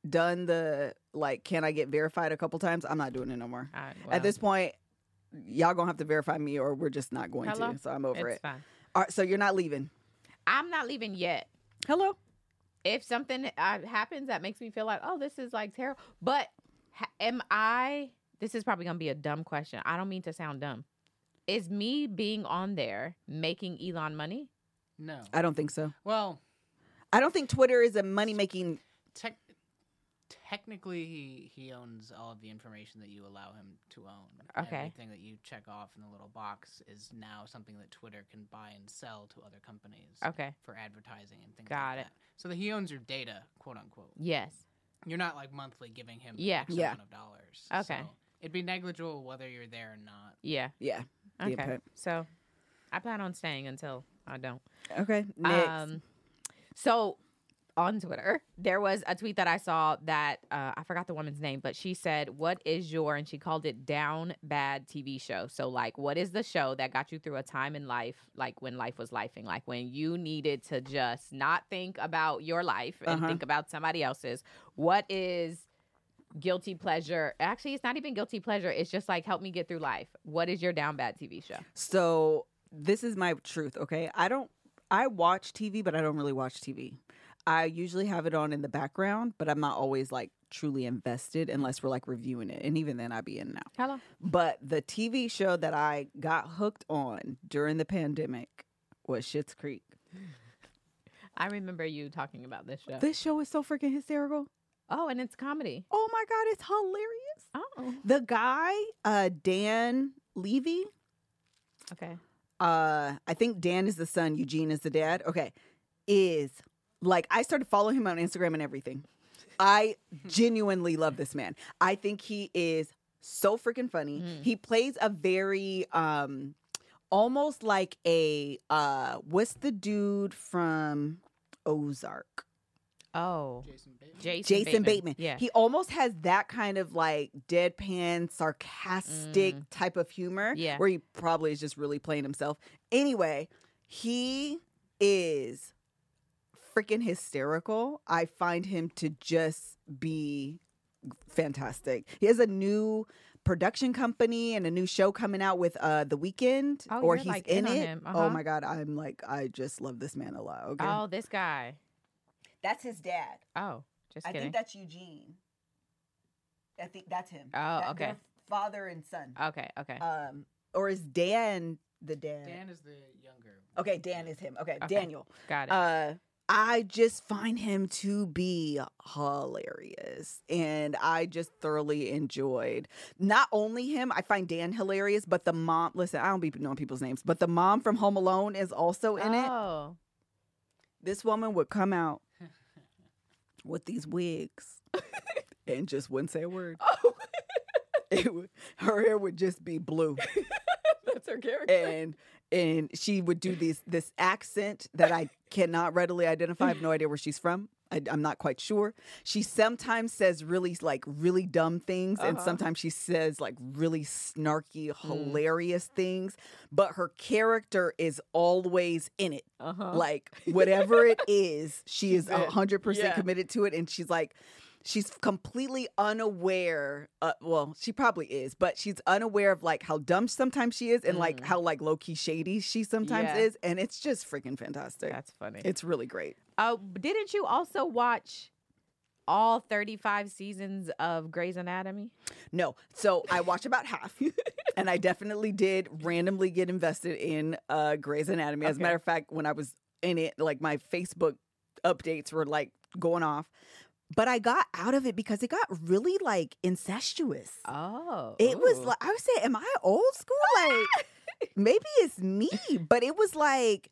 A: done the like. Can I get verified a couple times? I'm not doing it no more.
B: All right,
A: at
B: well,
A: this point, y'all gonna have to verify me, or we're just not going
B: Hello?
A: to. So I'm over
B: it's
A: it.
B: fine.
A: All right, so you're not leaving.
B: I'm not leaving yet.
A: Hello.
B: If something uh, happens that makes me feel like, oh, this is like terrible, but ha- am I? This is probably gonna be a dumb question. I don't mean to sound dumb. Is me being on there making Elon money?
C: No.
A: I don't think so.
C: Well,
A: I don't think Twitter is a money making.
C: tech technically he he owns all of the information that you allow him to own.
B: Okay.
C: Everything that you check off in the little box is now something that Twitter can buy and sell to other companies
B: Okay.
C: for advertising and things
B: Oh. Got
C: like
B: it.
C: that. So that he owns your data, quote unquote.
B: Yes.
C: You're not like monthly giving him
B: Yeah.
C: X
A: Yeah.
C: amount of dollars.
B: Okay.
C: So it'd be negligible whether you're there or not.
B: Yeah.
A: Yeah. The
B: Okay.
A: impact.
B: So, I plan on staying until I don't.
A: Okay. Next.
B: Um, so on Twitter, there was a tweet that I saw that uh, I forgot the woman's name, but she said, "What is your?" and she called it "down bad TV show." So like, what is the show that got you through a time in life, like when life was lifing, like when you needed to just not think about your life and
A: Uh-huh.
B: think about somebody else's? What is guilty pleasure? Actually, it's not even guilty pleasure. It's just like help me get through life. What is your down bad TV show?
A: So this is my truth, okay? I don't I watch TV, but I don't really watch TV. I usually have it on in the background, but I'm not always like truly invested unless we're like reviewing it. And even then I'd be in now.
B: Hello.
A: But the TV show that I got hooked on during the pandemic was Shits Creek.
B: I remember you talking about this show.
A: [laughs] This show is so freaking hysterical.
B: Oh, and it's comedy.
A: Oh my god, it's hilarious.
B: Oh,
A: The guy, uh Dan Levy,
B: okay.
A: uh I think Dan is the son, Eugene is the dad. Okay. Is like I started following him on Instagram and everything. I genuinely love this man. I think he is so freaking funny.
B: Mm.
A: He plays a very um almost like a uh what's the dude from Ozark?
B: Oh,
C: Jason Bateman.
B: Jason,
A: Jason, Bateman.
B: Bateman. Yeah.
A: He almost has that kind of like deadpan, sarcastic
B: Mm.
A: type of humor.
B: Yeah.
A: Where he probably is just really playing himself. Anyway, he is freaking hysterical. I find him to just be fantastic. He has a new production company and a new show coming out with uh The Weeknd
B: Oh,
A: or
B: you're,
A: he's
B: like,
A: in,
B: in on
A: it.
B: him.
A: Oh
B: Uh-huh.
A: my god, I'm like I just love this man a lot. Okay.
B: Oh, this guy.
A: That's his dad.
B: Oh, just
A: I
B: kidding.
A: think that's Eugene. I think that's him.
B: Oh,
A: That-
B: okay.
A: they're Father and son.
B: okay, okay.
A: Um, or is Dan the dad?
C: Dan is the younger.
A: Okay, Dan is him. Okay,
B: Okay.
A: Daniel.
B: Got it.
A: Uh, I just find him to be hilarious, and I just thoroughly enjoyed not only him. I find Dan hilarious, but the mom. Listen, I don't be knowing people's names, but the mom from Home Alone is also in it.
B: oh,
A: this woman would come out with these
B: [laughs]
A: wigs and just wouldn't say a word.
B: [laughs] oh,
A: [laughs] It would, her hair would just be blue,
B: that's her character.
A: and and she would do these this accent that I cannot readily identify. I have no idea where she's from. I, am not quite sure. She sometimes says really like really dumb things, and
B: Uh-huh.
A: sometimes she says like really snarky, hilarious things. But her character is always in it.
B: Uh huh.
A: Like whatever it
B: [laughs]
A: is, she is
B: She's in.
A: hundred percent
B: Yeah.
A: committed to it, and she's like, she's completely unaware. Uh, well, she probably is, but she's unaware of like how dumb sometimes she is, and like
B: Mm.
A: how like low key shady she sometimes
B: Yeah.
A: is, and it's just freaking fantastic.
B: that's funny.
A: it's really great.
B: Oh, didn't you also watch all 35 seasons of Grey's Anatomy?
A: No, so I watch about half, [laughs] and I definitely did randomly get invested in uh, Grey's Anatomy. As a
B: Okay.
A: matter of fact, when I was in it, like my Facebook updates were like going off, but I got out of it because it got really like incestuous.
B: Oh,
A: It was
B: ooh.
A: like I would say, am I old school?
B: [laughs]
A: Like maybe it's me, but it was like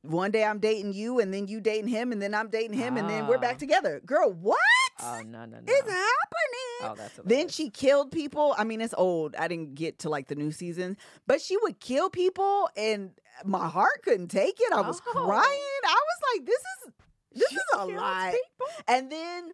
A: one day I'm dating you, and then you dating him, and then I'm dating him, and then we're back
B: Ah.
A: together. Girl, what is
B: oh no no no.
A: happening?
B: oh, that's
A: Then
B: hilarious.
A: she killed people. I mean, it's old. I didn't get to like the new season, but she would kill people, and my heart couldn't take it. I was
B: Oh.
A: crying. I was like, "This is this
B: She
A: is a
B: kills
A: lot."
B: people?
A: And then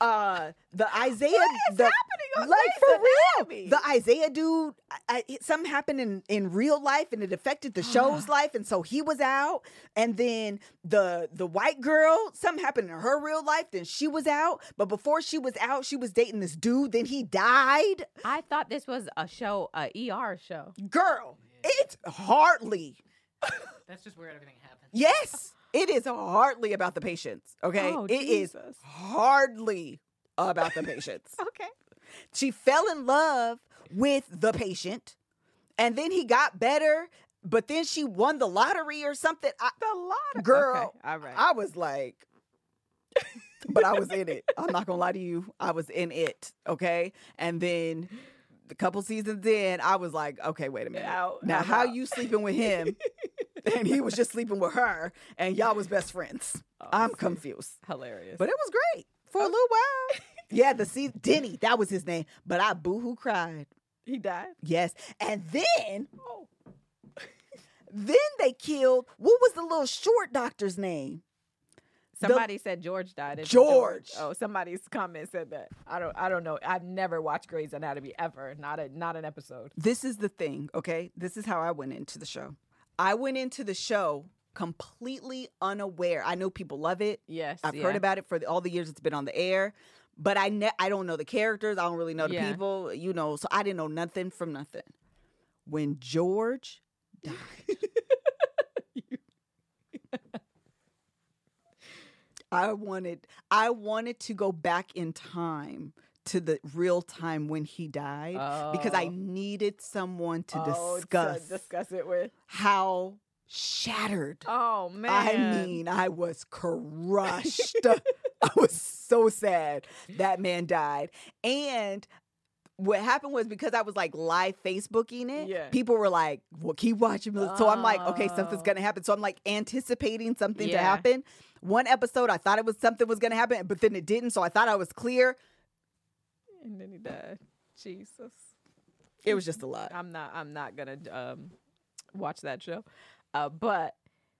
A: uh the Isaiah
B: is
A: the
B: happening on
A: like for
B: Grey's
A: real
B: Anatomy?
A: the Isaiah dude I, I, it- something happened in in real life and it affected the show's life and so he was out and then the the white girl something happened in her real life then she was out but before she was out she was dating this dude then he died
B: I thought this was a show, a ER show.
A: girl it's hardly
C: That's just where everything happens.
A: yes it is hardly about the patients okay
B: Oh,
A: it is
B: Jesus.
A: hardly about the patients
B: Okay.
A: She fell in love with the patient, and then he got better. But then she won the lottery or something. I,
B: The lot.
A: Girl,
B: all right.
A: I was like, [laughs] but I was in it. I'm not gonna lie to you. I was in it. Okay, and then a couple seasons in, I was like, okay, wait a minute.
B: Out,
A: now,
B: I'm
A: how
B: out.
A: you sleeping with [laughs] him, and he was just sleeping with her, and y'all was best friends? I'm confused.
B: Oh, Hilarious.
A: But it was great for a little while. [laughs] yeah, the see Denny, that was his name. But I boohoo cried.
B: he died. Oh.
A: Yes. And then then they killed what was the little short doctor's name?
B: Somebody said George died. It's
A: George.
B: Oh, somebody's comment said that. I don't. I don't know. I've never watched Grey's Anatomy ever. Not a. Not an episode.
A: This is the thing, okay? This is how I went into the show. I went into the show completely unaware. I know people love it.
B: Yes.
A: I've
B: yeah.
A: heard about it for the, all the years it's been on the air, but I ne- I don't know the characters. I don't really know the
B: Yeah.
A: people, you know. So I didn't know nothing from nothing. When George died, [laughs] I wanted I wanted to go back in time to the real time when he died because I
B: Oh.
A: needed someone to
B: Oh,
A: discuss
B: discuss it with.
A: how shattered
B: Oh man.
A: I mean, I was crushed. I was so sad that man died. And what happened was because I was like live Facebooking it,
B: Yeah.
A: people were like, well, keep watching. So I'm like, okay, something's
B: Oh.
A: going to happen. So I'm like anticipating something to
B: Yeah.
A: happen. One episode, I thought it was something was going to happen, but then it didn't. So I thought I was clear.
B: And then he died. Jesus.
A: It was just a lot.
B: I'm not. I'm not gonna um, watch that show. Uh, but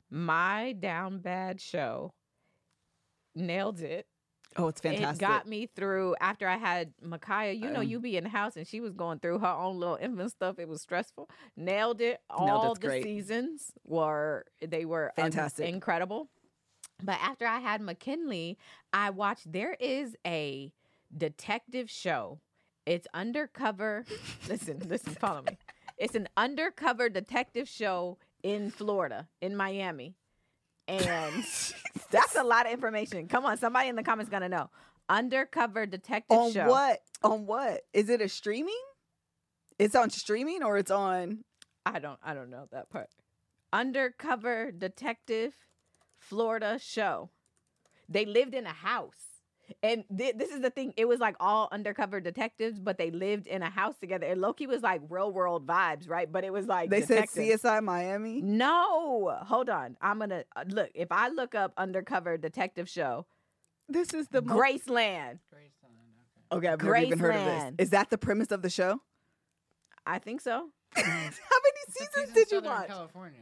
B: my down bad show nailed it.
A: Oh, it's fantastic.
B: It got me through after I had Micaiah. You know,
A: Um,
B: you be in the house and she was going through her own little infant stuff. It was stressful. Nailed it.
A: Nailed
B: All
A: it's
B: the
A: great.
B: seasons were they were un-
A: Fantastic.
B: incredible. But after I had McKinley, I watched. There is a detective show. It's
A: [laughs]
B: undercover. listen, listen, follow me. It's an undercover detective show in Florida, in Miami.
A: [laughs]
B: And that's a lot of information. Come on, somebody in the comments gonna know. Undercover detective
A: on
B: show.
A: what? On what? Is it a streaming? It's on streaming or it's on
B: I don't I don't know that part. Undercover detective Florida show. They lived in a house. And thi- this is the thing. It was like all undercover detectives, but they lived in a house together. And Loki was like real world vibes, right? But it was like
A: They
B: detective.
A: said CSI Miami.
B: No, hold on. I'm gonna uh, look. If I look up undercover detective show,
A: This is the great.
B: Graceland.
C: Grace, uh,
A: Okay,
C: okay.
A: I've never even heard of this.
B: Graceland.
A: Is that the premise of the show?
B: I think so.
A: [laughs] How many
C: But this
A: seasons
C: is
A: did you
C: Southern
A: watch?
C: California.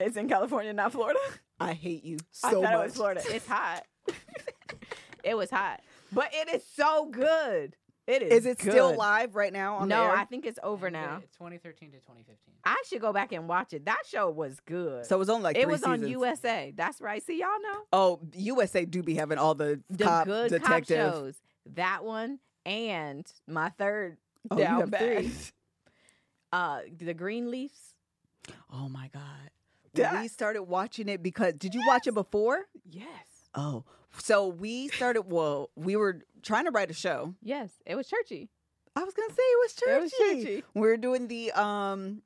B: It's in California, not Florida. [laughs]
A: I hate you
B: I
A: so
B: thought
A: much.
B: it
A: [laughs]
B: was Florida. It's hot. [laughs] it was hot, but it is so good. It is.
A: Is it still
B: good.
A: live right now on
B: No,
A: the air?
B: I think it's over
C: And the-
B: now.
C: 2013 to 2015.
B: I should go back and watch it. That show was good.
A: so it was on like
B: it
A: three
B: was on
A: seasons.
B: USA. That's right. See, y'all know
A: Oh, USA do be having all the,
B: the
A: cop
B: good
A: detective.
B: cop shows. That one and my third
A: Oh, you
B: down
A: have [laughs]
B: bad.
A: three.
B: Uh, the Green Leafs.
A: Oh my god.
B: That-
A: We started watching it because did you watch it before?
B: Yes.
A: Oh, so we started. Well, we were trying to write a show.
B: Yes. It was churchy.
A: I was gonna say it was
B: It was
A: churchy.
B: churchy.
A: We were doing the um,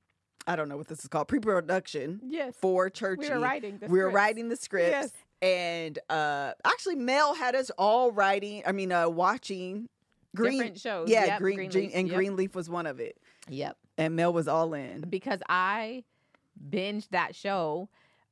A: I don't know what this is called pre-production.
B: Yes.
A: for Churchy.
B: We were writing. The
A: We were
B: scripts.
A: writing the scripts.
B: Yes.
A: And uh, actually, Mel had us all writing. I mean, uh, watching Green.
B: different shows.
A: yeah,
B: Yep,
A: Green, Green-
B: Leafs.
A: and
B: Yep.
A: Greenleaf was one of it.
B: Yep.
A: And Mel was all
B: [laughs]
A: in.
B: because I binged that show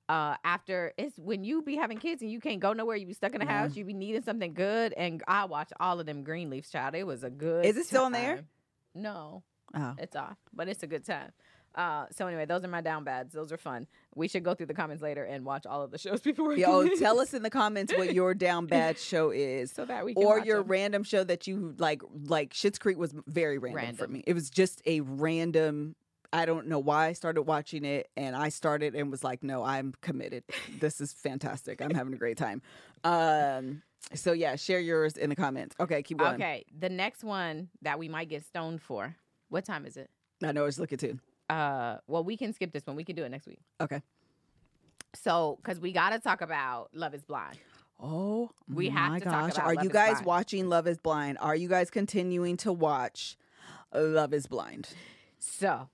B: uh after it's when you be having kids and you can't go nowhere you be stuck in the
A: Yeah.
B: house you be needing something good and i watched all of them green leaves child it was a good
A: Is it still on there?
B: time. no
A: Oh,
B: it's off but it's a good time Uh, so anyway, those are my down bads. Those are fun. We should go through the comments later and watch all of the shows [laughs] before.
A: Yo, tell us in the comments what your down bad show is.
B: [laughs] so that we can
A: Or
B: watch
A: your
B: 'em.
A: random show that you like, like Schitt's Creek was very random, for
C: Random.
A: me. It was just a random. I don't know why I started watching it, and I started and was like, "No, I'm committed. This is fantastic. I'm having a great time." Um, so yeah, share yours in the comments. Okay, keep going.
B: Okay, the next one that we might get stoned for. What time is it?
A: I know it's looking too.
B: Uh, well, we can skip this one. We can do it next week.
A: Okay.
B: So, because we gotta talk about Love Is Blind.
A: Oh,
B: We
A: my
B: have to talk
A: gosh.
B: about
A: Are
B: Love
A: you
B: is
A: guys
B: Blind.
A: watching Love is Blind? Are you guys continuing to watch Love is Blind?
B: So,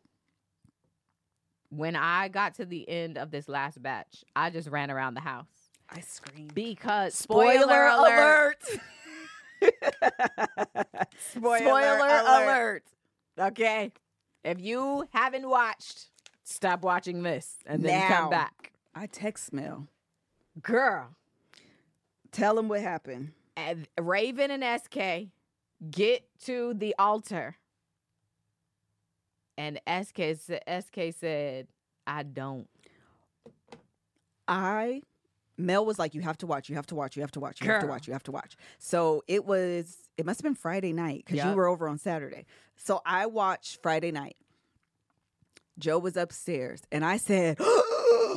B: when I got to the end of this last batch, I just ran around the house
C: I screamed.
B: because spoiler, alert, [laughs] spoiler, alert. Okay, if you haven't watched, stop watching this and then
A: Now.
B: come back,
A: I text Mel.
B: girl.
A: Tell him what happened.
B: and Raven and SK get to the altar. And SK, sa- SK said,
A: [gasps]
B: I don't.
A: I Mel was like, "You have to watch. You have to watch. You have to watch. You have to
B: Girl.
A: watch. You have to watch." So it was. It must have been Friday night because you
B: Yup.
A: were over on Saturday. So I watched Friday night. Joe was upstairs, and I said, [gasps]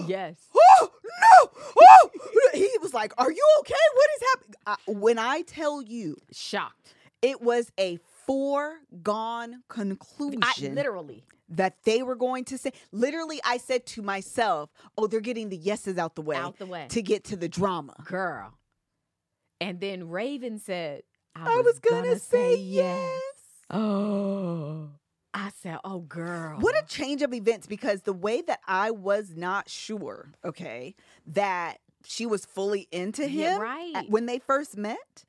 B: Yes.
A: oh no oh he was like are you okay what is happening I, when i tell you
B: Shocked.
A: it was a foregone
B: I
A: conclusion
B: literally.
A: that they were going to say literally i said to myself oh they're getting the yeses out the way
B: Out the way.
A: to get to the drama
B: Girl. And then Raven said, I,
A: i was gonna, say yes
B: Oh. [gasps] I said, oh, girl.
A: What a change of events because the way that I was not sure, okay, that she was fully into
B: Yeah,
A: him
B: right.
A: at- when they first met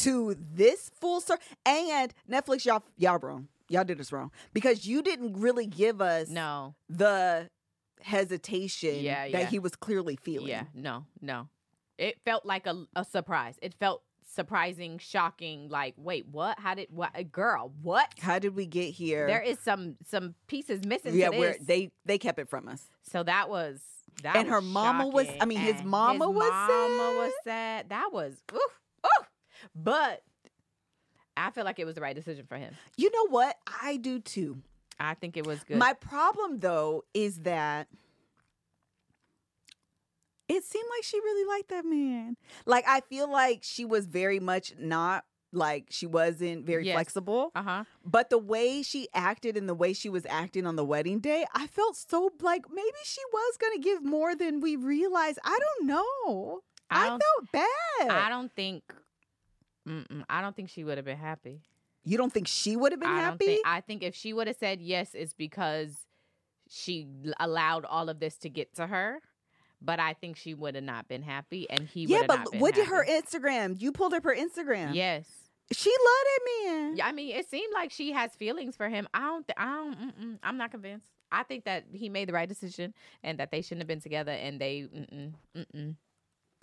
A: to this full circle. And Netflix, y'all, y'all wrong. Y'all did us wrong because you didn't really give us
B: No.
A: the hesitation
B: Yeah,
A: that
B: yeah.
A: he was clearly feeling.
B: Yeah, no, no. It felt like a, a surprise. It felt surprising, shocking. Like, wait, what? How did what? Girl, what?
A: How did we get here?
B: There is some some pieces missing.
A: yeah,
B: to
A: where
B: this.
A: they they kept it from us.
B: So that was that.
A: And her
B: was
A: mama was- I
B: shocking.
A: mean, his
B: And
A: mama was
B: mama
A: sad.
B: was sad. That was oof oof. But I feel like it was the right decision for him.
A: You know what? I do too.
B: I think it was good.
A: My problem though is that it seemed like she really liked that man. Like I feel like she was very much not like she wasn't very
B: Yes.
A: flexible,
B: uh huh.
A: but the way she acted and the way she was acting on the wedding day, I felt so like maybe she was going to give more than we realized. I don't know. I,
B: I don't.
A: felt bad.
B: I don't think. Mm-mm, I don't think she would have been happy.
A: you don't think she would have been
B: I
A: happy?
B: Don't think, I think if she would have said yes, it's because she l- allowed all of this to get to her. But I think she would have not been happy, and he
A: yeah,
B: would have not
A: but
B: been
A: what did her
B: happy.
A: Instagram? You pulled up her Instagram.
B: Yes.
A: She loved that man.
B: Yeah, I mean, it seemed like she has feelings for him. I don't. Th- I don't. Mm-mm, I'm not convinced. I think that he made the right decision, and that they shouldn't have been together. And they. Mm-mm, mm-mm.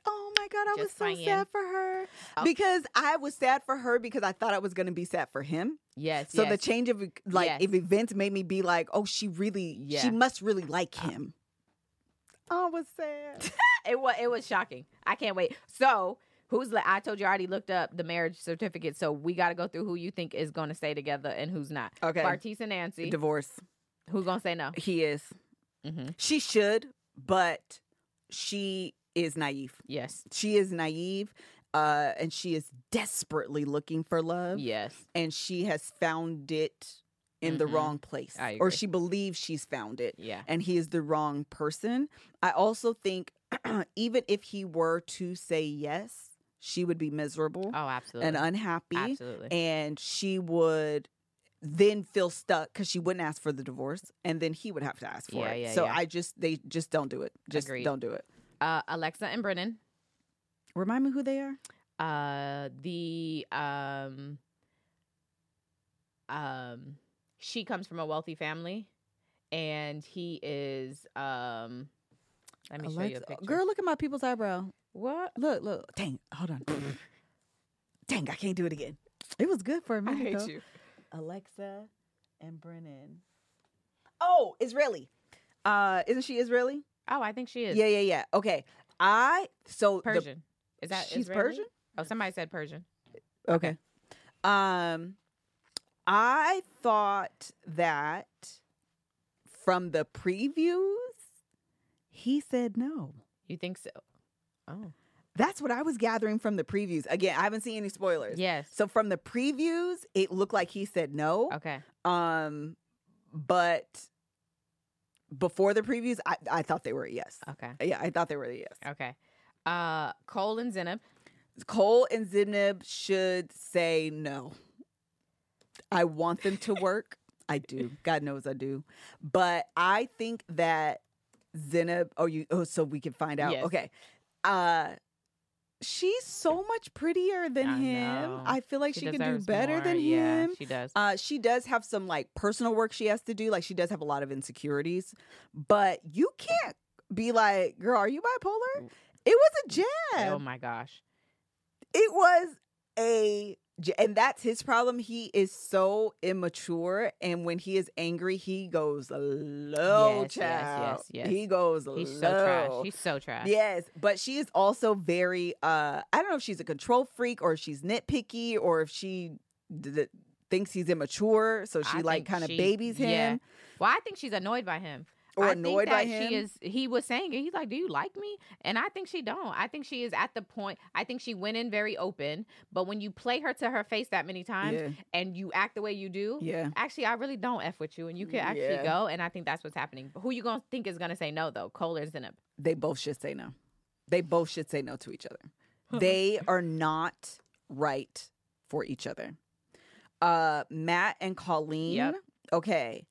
A: Oh my god, I was
B: Just
A: so
B: saying.
A: sad for her
B: Oh.
A: because I was sad for her because I thought I was going to be sad for him.
B: Yes.
A: So the
B: yes.
A: change of like
B: Yes.
A: if events made me be like, oh, she really, she
B: Yeah. Uh,
A: must really like him. I Oh, was sad.
B: it was it was shocking. I can't wait. So who's le- I told you I already looked up the marriage certificate. So we got to go through who you think is going to stay together and who's not.
A: [laughs] Okay.
B: Bartice and Nancy.
A: Divorce.
B: who's going to say no?
A: He is.
B: Mm-hmm.
A: She should, but she is naive.
B: Yes.
A: She is naive, uh, and she is desperately looking for love.
B: Yes.
A: and she has found it in the
B: Mm-mm.
A: wrong place,
B: Mm-hmm. I
A: or
B: agree.
A: she believes she's found it.
B: Yeah.
A: and he is the wrong person. I also think [clears throat] even if he were to say yes, she would be miserable
B: Oh, absolutely.
A: and unhappy
B: absolutely.
A: and she would then feel stuck cuz she wouldn't ask for the divorce and then he would have to ask for
B: Yeah,
A: it.
B: yeah,
A: so
B: yeah.
A: I just they just don't do it. Just
B: Agreed.
A: don't do it.
B: uh, Alexa and Brennan.
A: Remind me who they are?
B: Uh, the um, um, she comes from a wealthy family, and he is um. Let me show you a
A: Alexa-
B: picture.
A: Girl, look at my people's eyebrow.
B: what?
A: Look, look. Dang, hold on. Dang, I can't do it again. It was good for a
B: [laughs] I
A: minute
B: hate
A: though.
B: you.
A: Alexa and Brennan. Oh, Israeli. Uh, isn't she Israeli?
B: Oh, I think she is.
A: Yeah, yeah, yeah. Okay. I so the-
B: Persian. is that
A: she's
B: Israeli?
A: Persian?
B: Oh, somebody said Persian.
A: Okay. Um, I thought that from the previews, he said no.
B: You think so? Oh,
A: That's what I was gathering from the previews. Again, I haven't seen any spoilers.
B: yes.
A: So from the previews, it looked like he said no.
B: okay.
A: Um, but before the previews, I, I thought they were a yes.
B: Okay.
A: Yeah, I thought they were a yes.
B: Okay. Uh, Cole and Zenab.
A: Cole and Zineb should say no. I want them
B: [laughs]
A: to work. I do. God knows I do. But I think that Zineb oh you oh so we can find out.
B: Yes.
A: Okay. Uh she's so much prettier than
B: I
A: him.
B: know.
A: I feel like she, can do
B: deserves
A: better
B: more.
A: than
B: Yeah,
A: him.
B: She does.
A: Uh, she does have some like personal work she has to do. Like she does have a lot of insecurities, but you can't be like, girl, are you bipolar?
B: Mm.
A: It was a jab.
B: oh my gosh.
A: It was a j- and that's his problem. He is so immature, and when he is angry, he goes low,
B: Yes, yes,
A: child.
B: yes, yes.
A: He goes
B: He's
A: low.
B: so trash. He's so trash.
A: Yes, but she is also very uh I don't know if she's a control freak or if she's nitpicky or if she d- d- thinks he's immature, so she
B: I
A: like
B: think
A: kind of
B: she-
A: babies him
B: yeah. Well, I think she's annoyed by him.
A: or
B: I
A: annoyed
B: think
A: by
B: that
A: him.
B: She is. He was saying it. He's like, "Do you like me?" And I think she don't. I think she is at the point. I think she went in very open, but when you play her to her face that many times
A: yeah.
B: and you act the way you do,
A: yeah. Mm,
B: actually, I really don't f with you, and you can actually
A: Yeah.
B: go. And I think that's what's happening. But who you gonna think is gonna say no though? Cole or Zenib?
A: They both should say no. They both should say no to each
B: [laughs]
A: other. They are not right for each other. Uh Matt and Colleen.
B: Yep.
A: Okay.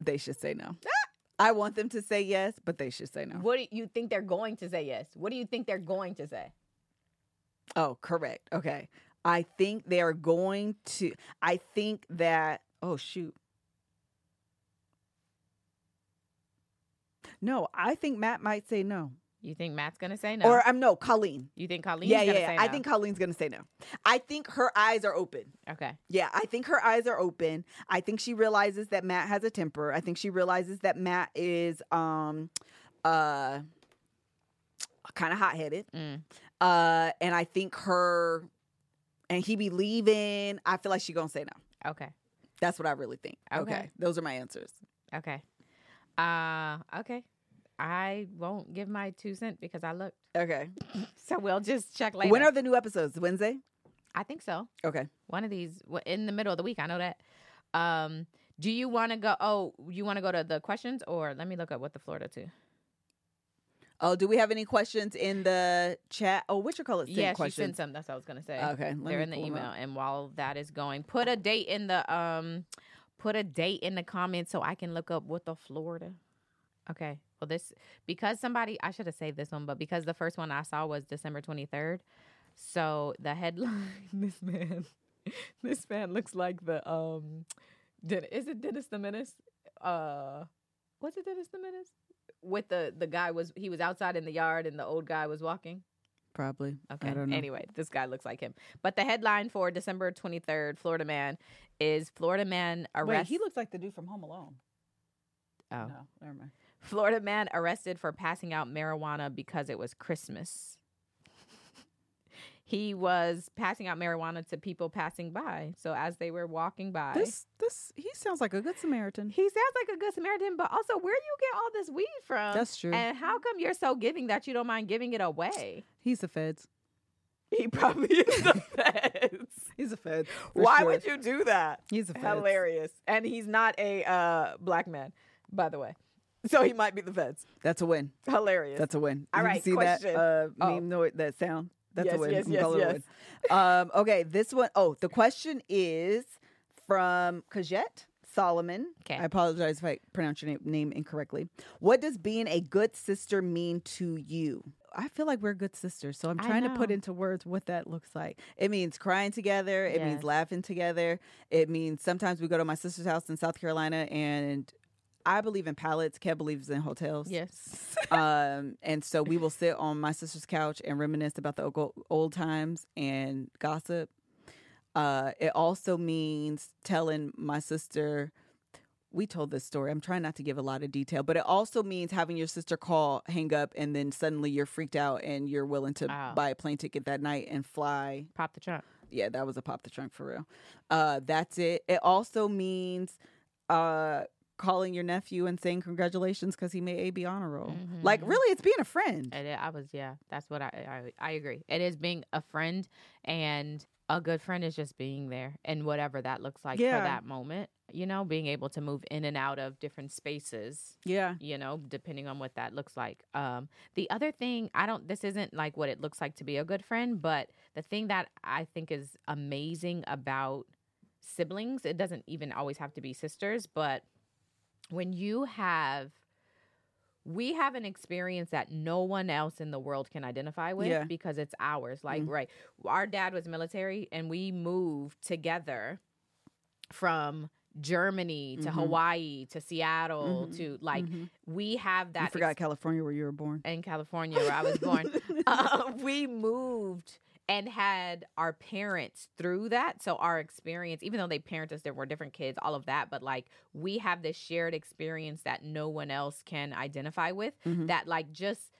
A: They should say no. [laughs] I want them to say yes, but they should say no.
B: What do you think they're going to say? Yes. What do you think they're going to say?
A: Oh, correct. Okay. I think they are going to. I think that. Oh, shoot. No, I think Matt might say no.
B: You think Matt's gonna say no?
A: Or I'm no, Colleen.
B: you think Colleen's
A: yeah, yeah.
B: gonna
A: yeah.
B: say
A: I
B: no?
A: think Colleen's going to say no. I think her eyes are open.
B: Okay.
A: Yeah, I think her eyes are open. I think she realizes that Matt has a temper. I think she realizes that Matt is um uh kind of hot-headed.
B: Mm.
A: Uh and I think her and he be leaving. I feel like she going to say no.
B: Okay.
A: That's what I really think.
B: Okay.
A: Those are my answers.
B: Okay. Uh okay. I won't give my two cent because I looked. [laughs]
A: Okay.
B: So we'll just check later.
A: When are the new episodes? Wednesday?
B: I think so.
A: Okay.
B: One of these w- in the middle of the week. I know that. Um do you want to go oh, you want to go to the questions or let me look up what the Florida to.
A: Oh, do we have any questions in the chat? Oh, what you call it? Send
B: yeah, she sent
A: questions.
B: some. That's what I was going to say.
A: okay. let
B: They're
A: me
B: in the
A: pull 'em
B: email
A: up.
B: and while that is going, put a date in the um put a date in the comments so I can look up what the Florida. Okay. Well, this because somebody I should have saved this one, but because the first one I saw was December 23rd. So the headline [laughs] this man this man looks like the um Den- is it Dennis the Menace? Uh was it Dennis the Menace? With the the guy was he was outside in the yard and the old guy was walking.
A: Probably.
B: Okay.
A: I don't know.
B: Anyway, this guy looks like him. But the headline for December 23rd, Florida man, is Florida man
A: Wait,
B: arrest.
A: he looks like the dude from Home Alone.
B: oh.
A: No, never mind.
B: Florida man arrested for passing out marijuana because it was Christmas. he was passing out marijuana to people passing by. So as they were walking by,
A: This this he sounds like a good Samaritan.
B: he sounds like a good Samaritan. But also, where do you get all this weed from?
A: That's true.
B: and how come you're so giving that you don't mind giving it away?
A: He's the feds.
B: He probably is [laughs] the best.
A: He's a feds.
B: Why would you do that?
A: He's a feds.
B: Hilarious. And he's not a uh, black man, by the way. So he might be the feds.
A: That's a win.
B: Hilarious.
A: That's a win.
B: All
A: you
B: right,
A: See
B: question.
A: that uh,
B: Oh.
A: meme noise, that sound. That's a
B: Yes,
A: win.
B: yes,
A: I'm
B: yes,
A: calling it a
B: yes.
A: win. Um, okay, this one oh the question is from Kajette Solomon.
B: 'Kay.
A: I apologize if I pronounce your name, name incorrectly. What does being a good sister mean to you? I feel like we're good sisters, so I'm
B: I
A: trying to put
B: know.
A: into words what that looks like. It means crying together. It means
B: Yes.
A: laughing together. It means sometimes we go to my sister's house in South Carolina, and I believe in pallets. Kev believes in hotels [laughs]
B: yes.
A: um, and so we will sit on my sister's couch and reminisce about the old, old times and gossip. Uh, it also means telling my sister. We told this story. I'm trying not to give a lot of detail, but it also means having your sister call, hang up, and then suddenly you're freaked out and you're willing to
B: Wow.
A: buy a plane ticket that night and fly
B: Pop the trunk.
A: yeah, that was a pop the trunk for real. Uh, that's it. It also means uh, calling your nephew and saying congratulations because he made AB honor roll. Like,
B: Mhm.
A: really, it's being a friend.
B: It, I was, yeah, that's what I, I I agree. It is being a friend, and a good friend is just being there and whatever that looks like
A: Yeah.
B: for that moment. You know, being able to move in and out of different spaces.
A: Yeah.
B: You know, depending on what that looks like. Um, the other thing I don't. This isn't like what it looks like to be a good friend, but the thing that I think is amazing about siblings, it doesn't even always have to be sisters, but when you have we have an experience that no one else in the world can identify with
A: Yeah.
B: because it's ours. Like,
A: Mhm.
B: right, our dad was military and we moved together from Germany to
A: Mhm.
B: Hawaii to Seattle
A: Mhm.
B: to like,
A: Mhm.
B: we have
A: you
B: that
A: forgot California where you were born.
B: in California where I
A: [laughs]
B: was born. uh, we moved and had our parents through that. So our experience, even though they parent us, there were different kids, all of that, but like we have this shared experience that no one else can identify with.
A: Mhm.
B: That like just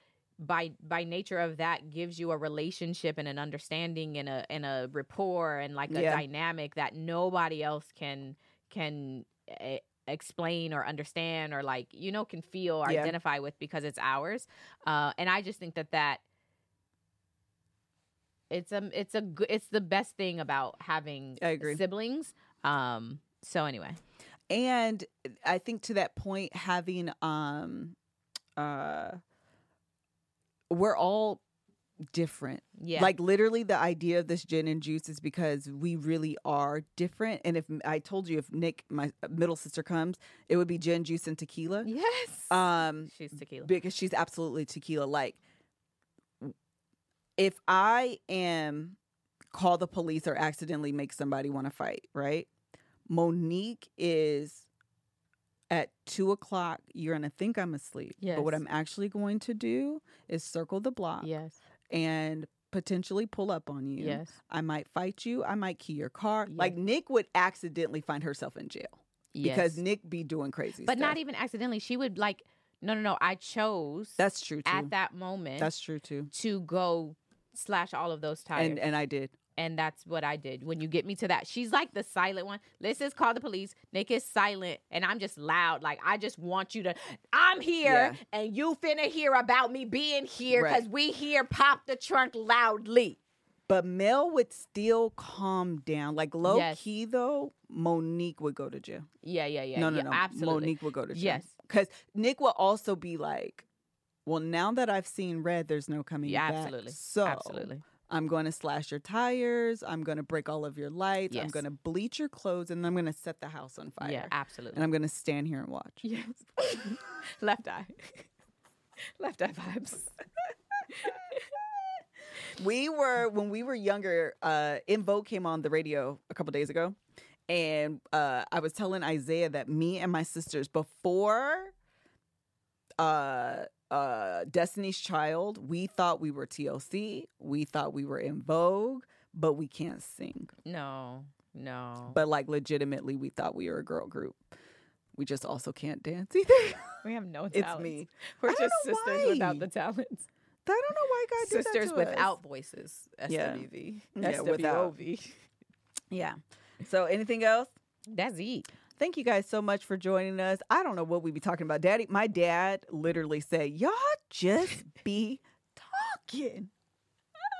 B: by by nature of that gives you a relationship and an understanding and a and a rapport and like a
A: Yeah.
B: dynamic that nobody else can can eh, explain or understand or like you know can feel or
A: Yeah.
B: identify with because it's ours uh, and I just think that that it's a it's a good it's the best thing about having
A: I agree.
B: siblings. Um. So anyway,
A: and I think to that point, having um, uh, we're all different.
B: yeah.
A: Like literally, the idea of this gin and juice is because we really are different. And if I told you, if Nick, my uh, middle sister, comes, it would be gin, juice, and tequila.
B: [laughs] yes.
A: Um,
B: She's tequila.
A: because she's absolutely tequila. Like, if I am call the police or accidentally make somebody want to fight, right? Monique is at two o'clock. You're gonna think I'm asleep, but what
B: Yes.
A: I'm actually going to do is circle the block
B: yes.
A: and potentially pull up on uh, you.
B: Yes.
A: I might fight you. I might key your car.
B: Yeah.
A: Like Nick would accidentally find herself in jail
B: Yes.
A: because Nick be doing crazy
B: but
A: stuff.
B: not even accidentally. She would like. No, no, no. I chose
A: That's true too.
B: at that moment
A: That's true too.
B: to go slash all of those tires.
A: And and I did.
B: and that's what I did. When you get me to that, she's like the silent one. Let's just call the police. Nick is silent, and I'm just loud. Like I just want you to. I'm here, and you finna hear about me being here
A: Right.
B: because we hear pop the trunk loudly.
A: But Mel would still calm down. Like low
B: Yes.
A: key though, Monique would go to jail.
B: Yeah, yeah, yeah.
A: no, no,
B: yeah,
A: no.
B: Absolutely.
A: Monique would go to jail.
B: Yes.
A: Because Nick will also be like, Well, now that I've seen red, there's no coming
B: Yeah,
A: back.
B: absolutely.
A: So
B: absolutely.
A: I'm going to slash your tires. I'm going to break all of your lights. I'm
B: Yes.
A: going to bleach your clothes, and I'm going to set the house on fire.
B: Yeah, absolutely.
A: And I'm going to stand here and
B: [laughs]
A: watch.
B: yes. Left eye. [laughs] Left eye vibes.
A: We were when we were younger. Uh, In Vogue came on the radio a couple days ago, and uh, I was telling Isaiah that me and my sisters before uh, uh, Destiny's Child, we thought we were TLC. We thought we were In Vogue, but we can't sing.
B: No, no.
A: But like legitimately, we thought we were a girl group. We just also can't dance [laughs] either.
B: we have no
A: it's
B: talents.
A: me.
B: We're
A: I don't
B: just
A: know
B: sisters without
A: why.
B: the talents.
A: I don't know why God did that
B: sisters
A: to
B: without
A: us.
B: voices.
A: Yeah.
B: SWV.
A: Yeah, without.
B: SWOV.
A: Yeah. So anything else?
B: That's E. it.
A: Thank you guys so much for joining us. I don't know what we be talking about. Daddy, my dad literally said, Y'all [laughs] just be [laughs] talking.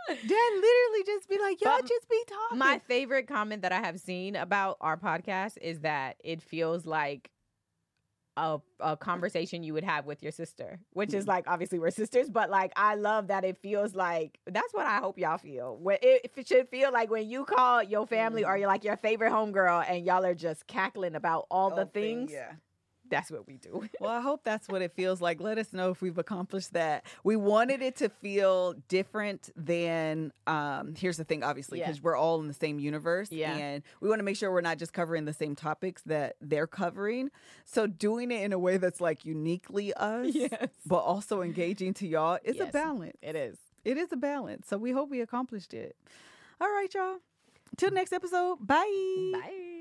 A: Dad literally just be like, Y'all
B: But
A: just be talking.
B: My favorite comment that I have seen about our podcast is that it feels like a, a conversation you would have with your sister, which is like obviously we're sisters, but like I love that it feels like that's what I hope y'all feel. When it, it should feel like when you call your family or you're like your favorite homegirl and y'all are just cackling about all the things.
A: yeah.
B: That's what we do. [laughs]
A: Well, I hope that's what it feels like. Let us know if we've accomplished that. We wanted it to feel different than um here's the thing, obviously,
B: Yeah.
A: because we're all in the same universe.
B: Yeah.
A: And we want to make sure we're not just covering the same topics that they're covering. So doing it in a way that's like uniquely us. but also engaging to y'all. It's a
B: Yes.
A: balance.
B: it is.
A: It is a balance. So we hope we accomplished it. All right, y'all. Till next episode. Bye.
B: Mm. Bye.